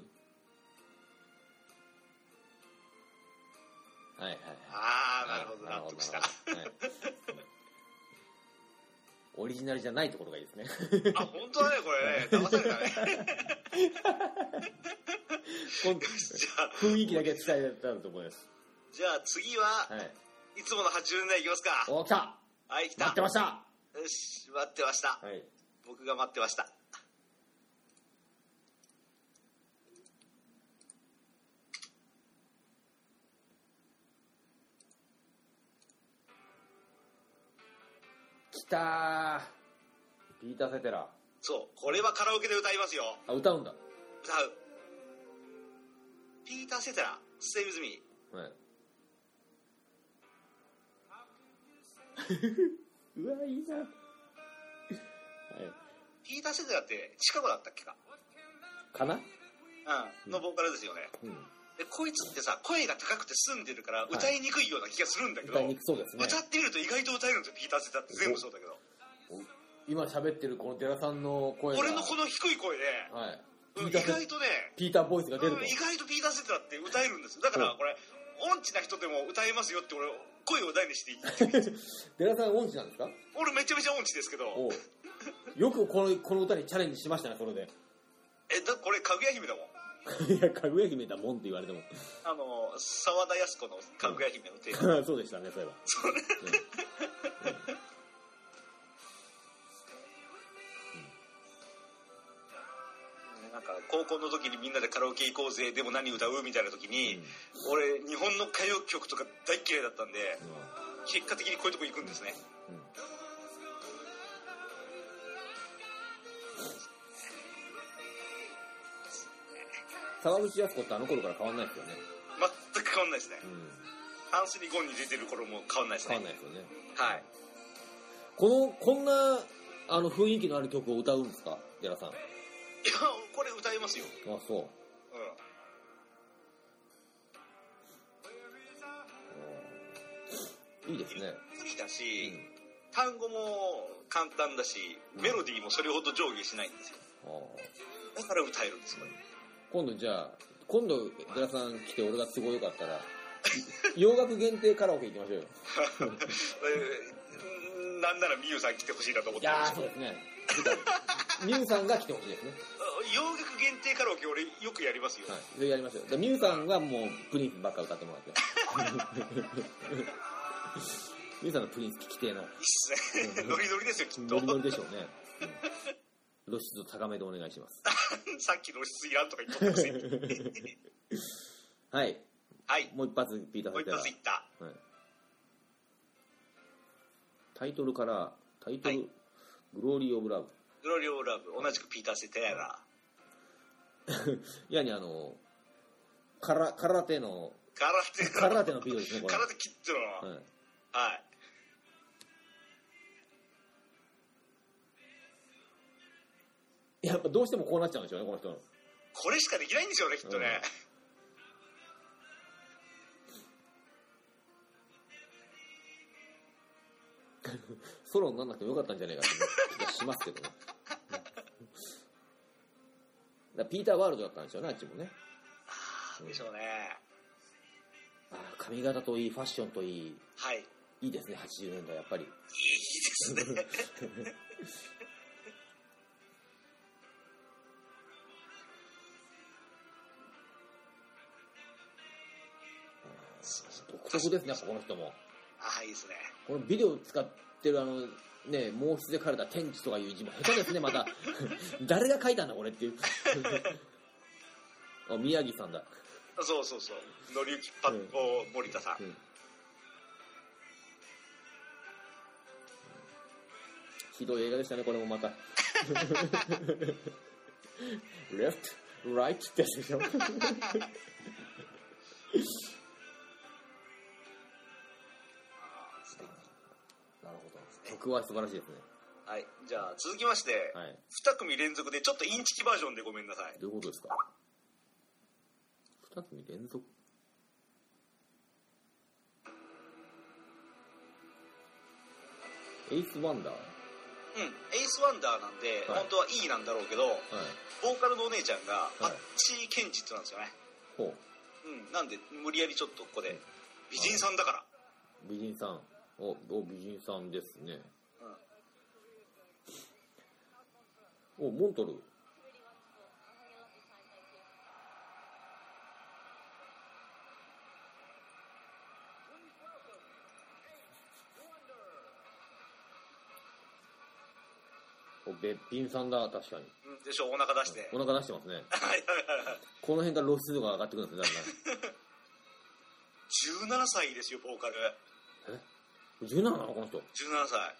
[SPEAKER 1] はいはいはい。
[SPEAKER 2] ああなるほど納得した
[SPEAKER 1] なるほどはいオリジナルじゃないところがいいですね。
[SPEAKER 2] あ本当だねこれね騙されたね
[SPEAKER 1] 今
[SPEAKER 2] じゃあ
[SPEAKER 1] 雰囲気だけ伝えたんだと思います。
[SPEAKER 2] じゃあ次は、
[SPEAKER 1] はい。
[SPEAKER 2] い、つもの80年代いきますか
[SPEAKER 1] お、来た
[SPEAKER 2] はい来た
[SPEAKER 1] 待ってましたは
[SPEAKER 2] よし待ってました、
[SPEAKER 1] い。
[SPEAKER 2] 僕が待ってました
[SPEAKER 1] 来たーピーター・セテラ。
[SPEAKER 2] そうこれはカラオケで歌いますよ
[SPEAKER 1] あ、歌うんだ。
[SPEAKER 2] 歌うピーター・セテラ「Stay with me
[SPEAKER 1] はい。 うわ、いいな。はい。」
[SPEAKER 2] ピーター・セテラってシカゴだったっけか、
[SPEAKER 1] かな
[SPEAKER 2] うん、のボーカルですよね
[SPEAKER 1] うん。
[SPEAKER 2] でこいつってさ声が高くて澄んでるから歌いにくいような気がするんだけど、
[SPEAKER 1] 歌いにくそうですね。
[SPEAKER 2] 歌ってみると意外と歌えるんですよピーター・セテラって全部そうだけど
[SPEAKER 1] 今喋ってるこの寺さんの声が。
[SPEAKER 2] 俺のこの低い声で、
[SPEAKER 1] はい。ピ
[SPEAKER 2] うん
[SPEAKER 1] ー
[SPEAKER 2] 意
[SPEAKER 1] ター
[SPEAKER 2] 外とね
[SPEAKER 1] ピーターボイスが出る
[SPEAKER 2] うん意外とピーター・セテラって歌えるんですよだからこれ音痴な人でも歌えますよって俺声を大にして言って る
[SPEAKER 1] と。寺さん音痴なんですか
[SPEAKER 2] 俺めちゃめちゃ音痴ですけど
[SPEAKER 1] おうよくこの、この歌にチャレンジしましたね、それで。
[SPEAKER 2] えだこれかぐや姫だもん
[SPEAKER 1] いや、かぐや姫だもんって言われても。
[SPEAKER 2] あの澤田靖子のかぐや姫のテーマ、
[SPEAKER 1] そうでしたね、そういえば。
[SPEAKER 2] そうね
[SPEAKER 1] うんうん
[SPEAKER 2] なんか高校の時にみんなでカラオケ行こうぜでも何歌うみたいな時
[SPEAKER 1] う
[SPEAKER 2] に
[SPEAKER 1] ん、
[SPEAKER 2] 俺日本の歌謡曲とか大嫌いだったんで結果的にこういうとこ行くんですね
[SPEAKER 1] うん沢口靖子ってあの頃から変わんないですよね。
[SPEAKER 2] 全く変わんないですね
[SPEAKER 1] うん、
[SPEAKER 2] ハンスにゴンに出てる頃も変わんないです
[SPEAKER 1] 変
[SPEAKER 2] ね
[SPEAKER 1] わんないですよね。
[SPEAKER 2] はい
[SPEAKER 1] この、こんな、あの、雰囲気のある曲を歌うんですかデラさん。あ、
[SPEAKER 2] いやこれ歌えますよ
[SPEAKER 1] そう。
[SPEAKER 2] うん
[SPEAKER 1] いいですね。
[SPEAKER 2] 好きだし、単語も簡単だしメロディーもそれほど上下しないんですよ
[SPEAKER 1] うんあー
[SPEAKER 2] だから歌えるんですこれ
[SPEAKER 1] 今度じゃあ、今度、デラさん来て俺が都合よか ったら、洋楽限定カラオケ行きましょうよ。
[SPEAKER 2] えーなんならみゆさん来てほしいなと思
[SPEAKER 1] い
[SPEAKER 2] ってるん
[SPEAKER 1] や
[SPEAKER 2] です
[SPEAKER 1] ー、そうですね。ミュウさんが来てほしいですね。
[SPEAKER 2] 洋楽限定カラオケ俺よくやりますよ、
[SPEAKER 1] はい。それやりましょう。でミュウさんがもう、プリンスばっか歌ってもらって。ミュウさんのプリンス聞きてえな。
[SPEAKER 2] いいっすねノリノリですよきっと
[SPEAKER 1] ノリノリでしょうね。うん露出度高めでお願いします。
[SPEAKER 2] さっきの質いらんとか言っとったくせに
[SPEAKER 1] はい。
[SPEAKER 2] はい
[SPEAKER 1] もう一発ピーター
[SPEAKER 2] もう
[SPEAKER 1] さん
[SPEAKER 2] 一発いった
[SPEAKER 1] はい、タイトルからタイトル、
[SPEAKER 2] はい
[SPEAKER 1] グローリー・オブ・ラブ
[SPEAKER 2] グロリオブラブ同じくピーター・セテラ」
[SPEAKER 1] いやにあのから空手の
[SPEAKER 2] 空手
[SPEAKER 1] 空手のビデオですねこれ
[SPEAKER 2] 空手切ってるの
[SPEAKER 1] はい
[SPEAKER 2] はい
[SPEAKER 1] やっぱどうしてもこうなっちゃうんでしょうねこの人の
[SPEAKER 2] これしかできないんですよねきっとね、
[SPEAKER 1] ソロにならなくてもよかったんじゃないかって気がしますけどね うんだからピーター・ワールドだったんでしょうねあっちもね
[SPEAKER 2] ああでしょうね
[SPEAKER 1] ああ髪型といいファッションといい
[SPEAKER 2] はい
[SPEAKER 1] い
[SPEAKER 2] いいで
[SPEAKER 1] いですね80年代やっぱり
[SPEAKER 2] すね
[SPEAKER 1] 独特ですねやっぱこの人も
[SPEAKER 2] ああいいですね
[SPEAKER 1] このビデオ使ってるあのね毛筆で書かれた「天地」とかいう字も下手ですねまた 誰が書いたんだこれっていう あ宮城さんだ、
[SPEAKER 2] そうそうそう乗り行きパッコ森田さん、
[SPEAKER 1] うんひどい映画でしたねこれもまた レフトライトってやつでしょなるほど曲は素晴らしいですね
[SPEAKER 2] はいじゃあ続きまして、
[SPEAKER 1] はい
[SPEAKER 2] 二組連続でちょっとインチキバージョンでごめんなさい
[SPEAKER 1] どういうことですか2組連続エイス・ワンダー、は
[SPEAKER 2] うん、エイスワンダーなんで、
[SPEAKER 1] はい
[SPEAKER 2] 本当は E なんだろうけど、
[SPEAKER 1] い、
[SPEAKER 2] ボーカルのお姉ちゃんが、
[SPEAKER 1] はい
[SPEAKER 2] あっちケンジットなんですよね。
[SPEAKER 1] ほ
[SPEAKER 2] うん、なんで、無理やりちょっとここで、美人さんだから。
[SPEAKER 1] う美人さんおお美人さんですね
[SPEAKER 2] うん、
[SPEAKER 1] おモントルおべっぴんさんだ確かに
[SPEAKER 2] うんでしょ、お腹出して。
[SPEAKER 1] お腹出してますね
[SPEAKER 2] はい はいはいはい
[SPEAKER 1] この辺から露出度が上がってくるんですね
[SPEAKER 2] 17歳ですよ、ボーカル。
[SPEAKER 1] だんだん17なのこの人老
[SPEAKER 2] 17歳。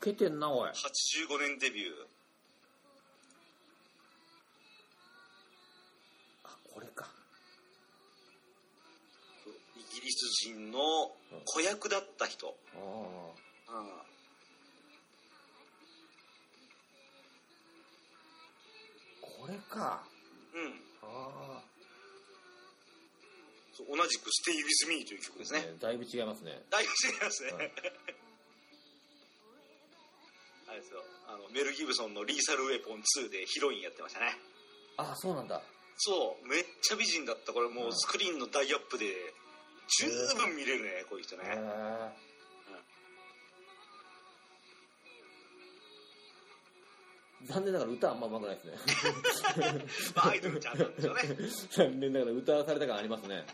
[SPEAKER 1] けてんなおい
[SPEAKER 2] 85年デビュー。
[SPEAKER 1] あこれか
[SPEAKER 2] イギリス人の子役だった人。
[SPEAKER 1] ああ
[SPEAKER 2] うん。
[SPEAKER 1] これか
[SPEAKER 2] うん。
[SPEAKER 1] ああ
[SPEAKER 2] そう同じく、Stay With Me という曲ですね。
[SPEAKER 1] だいぶ違いますね
[SPEAKER 2] 大事ですね。
[SPEAKER 1] はい
[SPEAKER 2] あれですよ。あの、メル・ギブソンのリーサル・ウェポン2でヒロインやってましたね。
[SPEAKER 1] ああそうなんだ
[SPEAKER 2] そう、めっちゃ美人だった。これもうスクリーンの大アップで、十分見れるね、こういう人
[SPEAKER 1] へ
[SPEAKER 2] ね。
[SPEAKER 1] え残念ながら歌はあんま上手くないですね
[SPEAKER 2] まあ、アイドルちゃんなんですよね。
[SPEAKER 1] 残念ながら歌わされた感ありますね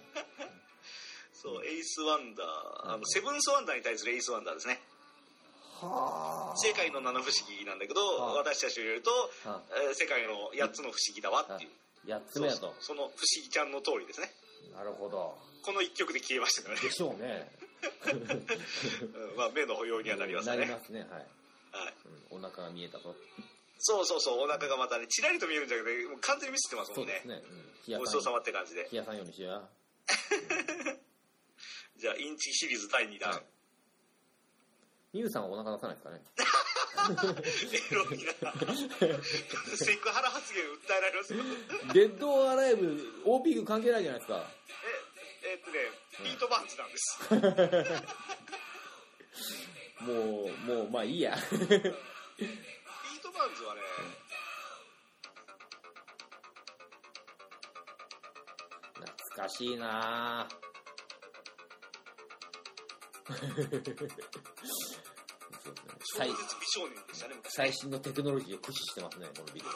[SPEAKER 2] そう、エイス・ワンダー、あの、セブンス・ワンダーに対するエイス・ワンダーですね。
[SPEAKER 1] はあ
[SPEAKER 2] 世界の七不思議なんだけど、
[SPEAKER 1] はい
[SPEAKER 2] 私たちを入れると、
[SPEAKER 1] は
[SPEAKER 2] えー世界の八つの不思議だわっていう。
[SPEAKER 1] 8つ目やと
[SPEAKER 2] そうその不思議ちゃんの通りですね。
[SPEAKER 1] なるほど
[SPEAKER 2] この一曲で消えましたからね
[SPEAKER 1] で。しょうね
[SPEAKER 2] うんまあ、目の保養にはなります
[SPEAKER 1] な
[SPEAKER 2] ね。は
[SPEAKER 1] り
[SPEAKER 2] い。
[SPEAKER 1] ますねはい、うん、お腹が見えたと
[SPEAKER 2] そうそうそう、お腹がまたね、ちらりと見えるんじゃなくて、もう完全に見せてます
[SPEAKER 1] そうん
[SPEAKER 2] も
[SPEAKER 1] で
[SPEAKER 2] ね
[SPEAKER 1] す。ね、うん、冷
[SPEAKER 2] ご
[SPEAKER 1] やさ
[SPEAKER 2] ちそうんさまって感じで。
[SPEAKER 1] 冷やさんようにしよう
[SPEAKER 2] じゃあ、インチキシリーズ第2弾。
[SPEAKER 1] ミュウさんはお腹出さないですかね
[SPEAKER 2] エロ いな。セクハラ発言訴えられますよ。
[SPEAKER 1] デッド・オア・ライブ OP 君関係ないじゃないですか
[SPEAKER 2] え、えっとね、ビートバンチなんです。
[SPEAKER 1] もうもうまあいいや
[SPEAKER 2] ビートバンズはね、
[SPEAKER 1] 懐かしいなあそうですね
[SPEAKER 2] 超
[SPEAKER 1] 最
[SPEAKER 2] 絶美少年でしたね、昔
[SPEAKER 1] 最新のテクノロジーを駆使してますねこのビデオ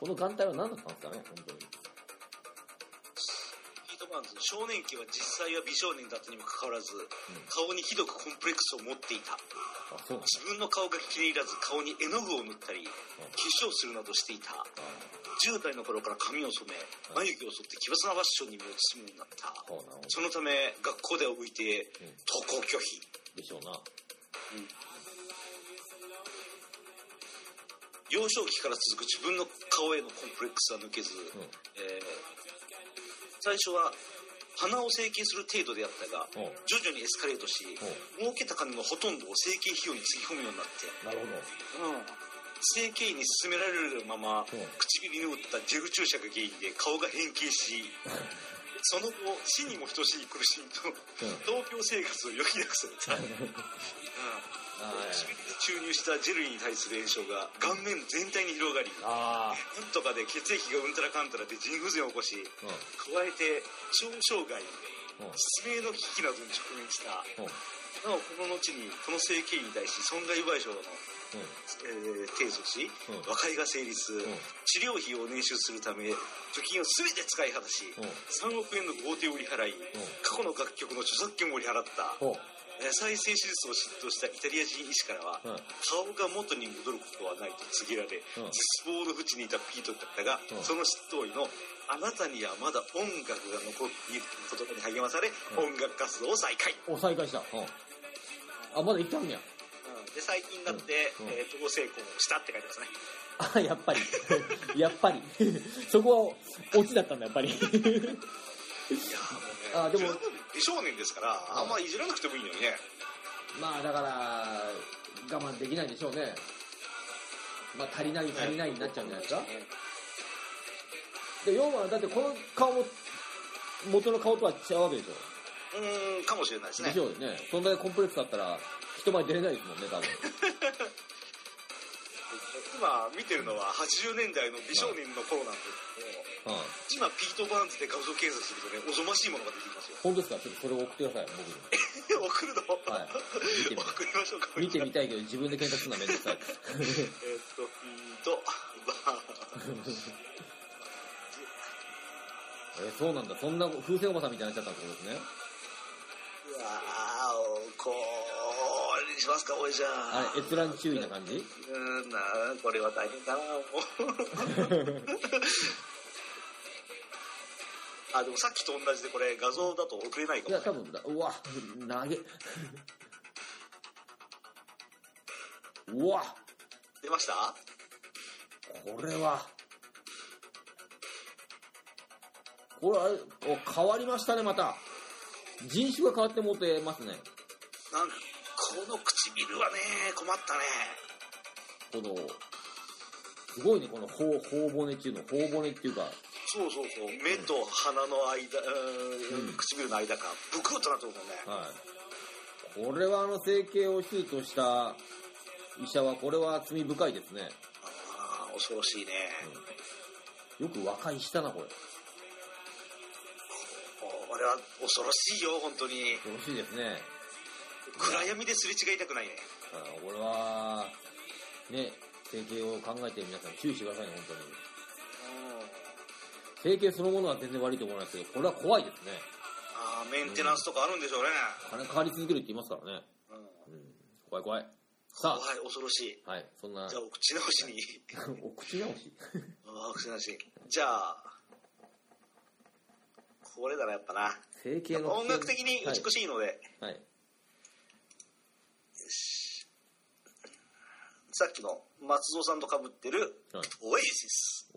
[SPEAKER 1] この眼帯は何だったんですかね本当に
[SPEAKER 2] ビートバンズ、少年期は実際は美少年だったにもかかわらず、顔にひどくコンプレックスを持っていた。
[SPEAKER 1] あそうなんだ
[SPEAKER 2] 自分の顔が気に入らず顔に絵の具を塗ったり、化粧するなどしていた。10代の頃から髪を染め、眉毛を剃って奇抜なファッションに身を包むようになった。
[SPEAKER 1] そうなの
[SPEAKER 2] そのため、学校では浮いて、登校拒否。
[SPEAKER 1] でしょうな
[SPEAKER 2] 幼少期から続く自分の顔へのコンプレックスは抜けず、
[SPEAKER 1] うん
[SPEAKER 2] えー最初は鼻を整形する程度であったが
[SPEAKER 1] おう
[SPEAKER 2] 徐々にエスカレートし
[SPEAKER 1] おう
[SPEAKER 2] 儲けた金のほとんどを整形費用につぎ込むようになって、
[SPEAKER 1] なるほど
[SPEAKER 2] 整形医に勧められるま
[SPEAKER 1] うん
[SPEAKER 2] ま唇に打ったジェル注射が原因で顔が変形しその後死にも等しい苦しみと
[SPEAKER 1] うん
[SPEAKER 2] 同居生活を余儀なくされた、うん唇に注入したジェルに対する炎症が顔面全体に広がり
[SPEAKER 1] ああ
[SPEAKER 2] なんとかで血液がうんたらかんたらで腎不全を起こし
[SPEAKER 1] うん
[SPEAKER 2] 加えて腸障害
[SPEAKER 1] うん
[SPEAKER 2] 失明の危機などに直面した
[SPEAKER 1] うん
[SPEAKER 2] なおこの後にこの整形に対し損害賠償の、
[SPEAKER 1] うん
[SPEAKER 2] えー提訴し
[SPEAKER 1] うん
[SPEAKER 2] 和解が成
[SPEAKER 1] ん
[SPEAKER 2] 立、治療費を捻出するため貯金を全て使い果たし、
[SPEAKER 1] うん
[SPEAKER 2] 3億円の豪邸を売り払い、過去の楽曲の著作権を売り払った、
[SPEAKER 1] ほう
[SPEAKER 2] えー再生手術を執刀したイタリア人医師からは、
[SPEAKER 1] うん
[SPEAKER 2] 顔が元に戻ることはないと告げられ、
[SPEAKER 1] ん
[SPEAKER 2] 絶望の淵にいたピートだったが、
[SPEAKER 1] うん
[SPEAKER 2] その執刀医の「あなたにはまだ音楽が残っている」という言葉に励まされ、
[SPEAKER 1] うん
[SPEAKER 2] 音楽活動を再開、
[SPEAKER 1] お再開したうんあまだ行ったんや
[SPEAKER 2] で最近になって、
[SPEAKER 1] うんうん
[SPEAKER 2] えー統合成功をしたって書いてますね
[SPEAKER 1] あやっぱりやっぱり そこはオチだったんだやっぱ り
[SPEAKER 2] いやもうね
[SPEAKER 1] あでも
[SPEAKER 2] 十分美少年ですからあんまいじらなくてもいいのにね
[SPEAKER 1] まあだから我慢できないでしょうね
[SPEAKER 2] う
[SPEAKER 1] まあ、足りない足りないになっちゃうんじゃないですか、
[SPEAKER 2] ね
[SPEAKER 1] で要はだってこの顔も元の顔とは違うわけでしょ
[SPEAKER 2] うーんかもしれないです
[SPEAKER 1] で
[SPEAKER 2] ね
[SPEAKER 1] しょうねそんだけコンプレックスだったら人前出れないですもんね多分
[SPEAKER 2] 今見てるのは80年代の美少年の頃なんですけど
[SPEAKER 1] はい、
[SPEAKER 2] 今ピート・バーンズで画像検索するとねおぞましいものが出てきます よ
[SPEAKER 1] 本当ですかちょっとそれを送ってください僕に
[SPEAKER 2] 送るの、
[SPEAKER 1] はい見てみたい
[SPEAKER 2] 送りましょうか
[SPEAKER 1] 見てみたいけど自分で検索するのはめんどくさい
[SPEAKER 2] えーっとピート・バーン
[SPEAKER 1] えそうなんだそんな風船おばさんみたいになっちゃったってことですね
[SPEAKER 2] うわーおこれにしますかおいじゃ
[SPEAKER 1] あれ閲覧注意な感じ
[SPEAKER 2] うーんなあこれは大変だなもう あでもさっきと同じでこれ画像だと送れないか
[SPEAKER 1] い
[SPEAKER 2] も
[SPEAKER 1] や
[SPEAKER 2] ね
[SPEAKER 1] 多分だうわ投げうわ
[SPEAKER 2] 出ました
[SPEAKER 1] これはこれあれお変わりましたねまた人種が変わってもうてますね
[SPEAKER 2] なんかこの唇はね困ったね
[SPEAKER 1] このすごいねこの頬頬骨っていうの頬骨っていうか
[SPEAKER 2] そうそうそう目と鼻の間、うーん
[SPEAKER 1] うん
[SPEAKER 2] 唇の間かブクッとなってるもんね
[SPEAKER 1] はい。これはあの整形を手術をした医者は、これは罪深いですね。
[SPEAKER 2] ああ恐ろしいね、
[SPEAKER 1] よく和解したな、これ。
[SPEAKER 2] これは恐ろしいよ本当に
[SPEAKER 1] よろしいですね。
[SPEAKER 2] 暗闇ですれ違いたくないね
[SPEAKER 1] あこれは、ね、整形を考えている皆さん注意してくださいね、本当に。整形そのものは全然悪いと思わないですけど、これは怖いですね。
[SPEAKER 2] ああメンテナンスとかあるんでしょうね、
[SPEAKER 1] 金変わり続けるって言いますからね。
[SPEAKER 2] うん
[SPEAKER 1] うん。怖い怖い。さ
[SPEAKER 2] 怖い恐ろしい
[SPEAKER 1] あ、はい、そんな
[SPEAKER 2] じゃ、あお口直しに
[SPEAKER 1] お口直 し。
[SPEAKER 2] ああ口直しにじゃあこれだなやっぱな
[SPEAKER 1] 整形の。
[SPEAKER 2] 音楽的に美しいので、
[SPEAKER 1] はい。はい。
[SPEAKER 2] さっきの松蔵さんとかぶってる
[SPEAKER 1] はい
[SPEAKER 2] オエシス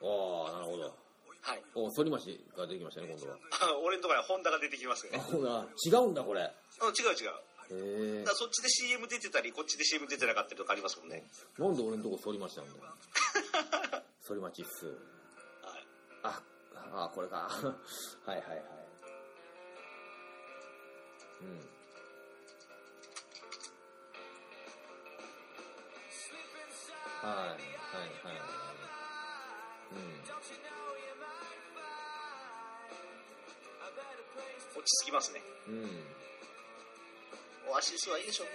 [SPEAKER 1] おああ、なるほど。
[SPEAKER 2] はい
[SPEAKER 1] お、反町が出てきましたね、今度は。
[SPEAKER 2] あ 俺のところはホンダが出てきますね
[SPEAKER 1] あ、ほら、違うんだ、これ。へ
[SPEAKER 2] あ違う違う
[SPEAKER 1] え
[SPEAKER 2] だか。らそっちで CM 出てたりこっちで CM 出てなかったりとかありますもんね、
[SPEAKER 1] なんで俺のとこ反町なんだ よ。反町っす。
[SPEAKER 2] はい、
[SPEAKER 1] あ、あ、これか。 はいはいはい。うん。はい、はい、はい。うん。
[SPEAKER 2] 落ち着きますね
[SPEAKER 1] うん。
[SPEAKER 2] オアシスはいいでしょう、うん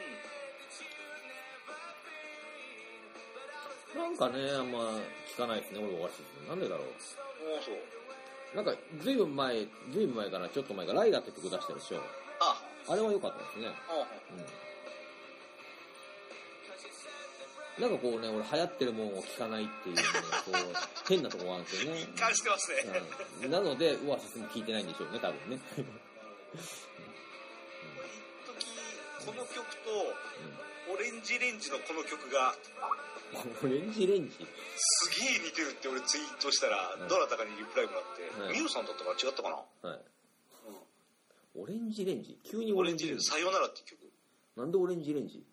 [SPEAKER 1] なんかね、あんま聞かないですね、俺おかしいですね。なんでだろう。
[SPEAKER 2] おーそう
[SPEAKER 1] なんか、ずいぶん前、ずいぶん前かな、ちょっと前か、ライダーって曲出してるでしょ。
[SPEAKER 2] あ
[SPEAKER 1] あれは良かったですね。
[SPEAKER 2] あ
[SPEAKER 1] うん。なんかこうね、俺流行ってるもんを聞かないっていうね、こう、変なとこがあるんですよね。
[SPEAKER 2] 一貫してますね、
[SPEAKER 1] うん、なので、うわ、さすがに聞いてないんでしょうね、多分ね。
[SPEAKER 2] 一時この曲とオレンジレンジのこの曲が
[SPEAKER 1] うん、オレンジレンジ
[SPEAKER 2] すげえ似てるって俺ツイートしたら、
[SPEAKER 1] うん
[SPEAKER 2] どなたかにリプライもらって
[SPEAKER 1] うん
[SPEAKER 2] 「ミ、ュ、さんだったから違ったかな?
[SPEAKER 1] はい。オレンジレンジ急に」オ
[SPEAKER 2] オ
[SPEAKER 1] レ
[SPEAKER 2] レ
[SPEAKER 1] ン
[SPEAKER 2] ン
[SPEAKER 1] ジ
[SPEAKER 2] ジ
[SPEAKER 1] レ
[SPEAKER 2] レ
[SPEAKER 1] ン
[SPEAKER 2] ン
[SPEAKER 1] ジ
[SPEAKER 2] ジ「さよなら」っていう曲
[SPEAKER 1] なんでオレンジレンジ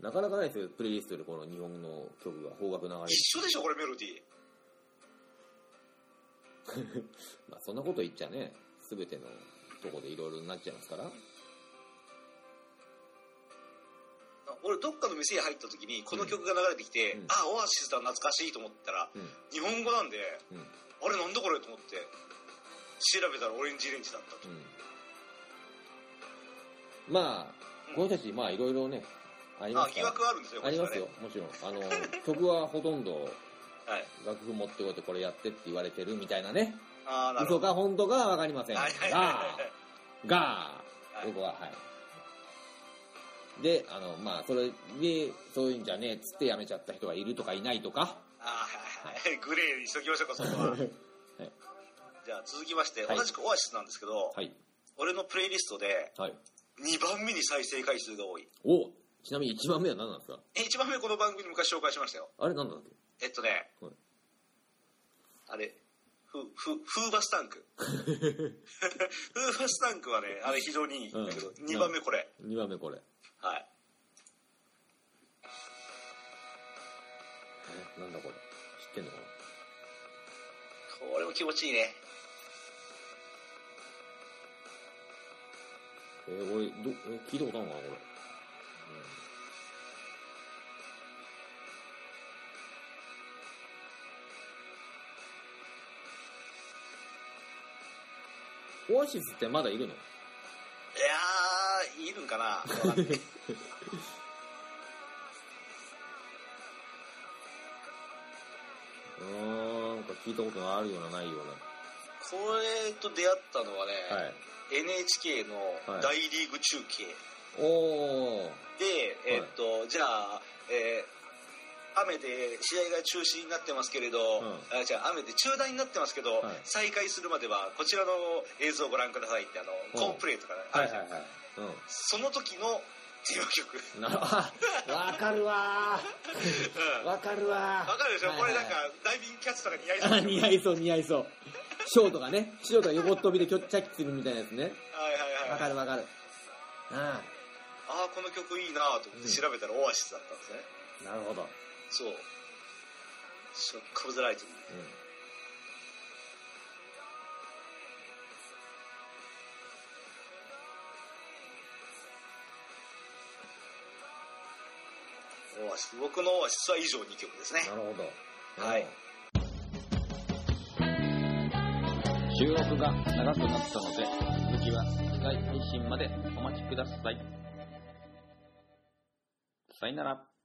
[SPEAKER 1] なかなかないですよ、プレイリストでこの日本の曲が方角流れる。
[SPEAKER 2] 一緒でしょこれメロディー
[SPEAKER 1] まあそんなこと言っちゃね、すべてのとこでいろいろなっちゃいますから。
[SPEAKER 2] 俺どっかの店に入った時にこの曲が流れてきて
[SPEAKER 1] う
[SPEAKER 2] 「
[SPEAKER 1] ん
[SPEAKER 2] あオアシスだ懐かしい」と思ったら
[SPEAKER 1] うん。
[SPEAKER 2] 日本語なんで
[SPEAKER 1] うん。
[SPEAKER 2] 「あれなんだこれ?」と思って調べたらオレンジレンジだったと
[SPEAKER 1] うん、まあ、この人たち、まあ、いろいろね、ありま
[SPEAKER 2] あ
[SPEAKER 1] すか
[SPEAKER 2] 疑
[SPEAKER 1] ら。
[SPEAKER 2] 惑はあるんですよ
[SPEAKER 1] あります
[SPEAKER 2] これ
[SPEAKER 1] よ
[SPEAKER 2] はね、
[SPEAKER 1] もちろん。あの、曲はほとんど
[SPEAKER 2] はい、
[SPEAKER 1] 楽譜持ってこいってこれやってって言われてるみたいなね。
[SPEAKER 2] ああなる
[SPEAKER 1] 嘘
[SPEAKER 2] ほど
[SPEAKER 1] か本当かわかりません。
[SPEAKER 2] はいはいはい
[SPEAKER 1] が
[SPEAKER 2] はい、
[SPEAKER 1] が、
[SPEAKER 2] はい
[SPEAKER 1] 僕は、はい。で、あの、まあ、それで、そういうんじゃねえっつってやめちゃった人がいるとかいないとか。
[SPEAKER 2] あーはいはい グレーにしときましょうかそこはじゃあ続きまして、
[SPEAKER 1] はい
[SPEAKER 2] 同じくオアシスなんですけど、
[SPEAKER 1] はい。
[SPEAKER 2] 俺のプレイリストで
[SPEAKER 1] はい。
[SPEAKER 2] 2番目に再生回数が多い
[SPEAKER 1] おちなみに1番目は何なんですか
[SPEAKER 2] え1番目この番組で昔紹介しましたよ
[SPEAKER 1] あれ何なんだっけ
[SPEAKER 2] えっとね、
[SPEAKER 1] はい
[SPEAKER 2] あれフフフーバスタ ンクフーバスタンクはねあれ非常にいいんだけど、
[SPEAKER 1] うん
[SPEAKER 2] 2番目これ、
[SPEAKER 1] 2番目これ。
[SPEAKER 2] はい
[SPEAKER 1] えなんだこれ。知ってんのかな
[SPEAKER 2] これも気持ちいいね
[SPEAKER 1] えー、俺、ど、え聞いたことあるのかな、これ。うんオアシスってまだいるの
[SPEAKER 2] いやーいるんかなわかんない
[SPEAKER 1] うーん、なんか聞いたことあるような、ないよう
[SPEAKER 2] これと出会ったのはね、
[SPEAKER 1] な。はい。
[SPEAKER 2] NHK の
[SPEAKER 1] はい
[SPEAKER 2] 大リーグ中継
[SPEAKER 1] おー。
[SPEAKER 2] で、えっと、じゃあ、えー雨で試合が中止になってますけれど、
[SPEAKER 1] ん
[SPEAKER 2] あじゃあ雨で中断になってますけど、
[SPEAKER 1] はい
[SPEAKER 2] 再開するまではこちらの映像をご覧くださいってあの、
[SPEAKER 1] うん
[SPEAKER 2] コンプレートから、
[SPEAKER 1] はいはいはい。う
[SPEAKER 2] その時のテー マ曲
[SPEAKER 1] ん。なわかるわ
[SPEAKER 2] う
[SPEAKER 1] ー。
[SPEAKER 2] ん
[SPEAKER 1] わかるわー。
[SPEAKER 2] わかるでしょ、
[SPEAKER 1] はいはい
[SPEAKER 2] これなんかダイビングキャッチとか似合いそう
[SPEAKER 1] あ
[SPEAKER 2] だよね
[SPEAKER 1] 似合いそう似合いそうショートがねショートが横っ飛びでキョッチャキするみたいなやつね
[SPEAKER 2] はい
[SPEAKER 1] わ
[SPEAKER 2] はいはい
[SPEAKER 1] かるわかるあ
[SPEAKER 2] ああこの曲いいなと思って調べたらオアシスだったんですね、
[SPEAKER 1] あなるほど、
[SPEAKER 2] そうショック・オブ・ザ・ライトニングオアシス僕のオアシスは以上2曲ですね
[SPEAKER 1] うん、なるほど
[SPEAKER 2] はい
[SPEAKER 1] 収録が長くなったので続きは次回配信までお待ちくださいさよなら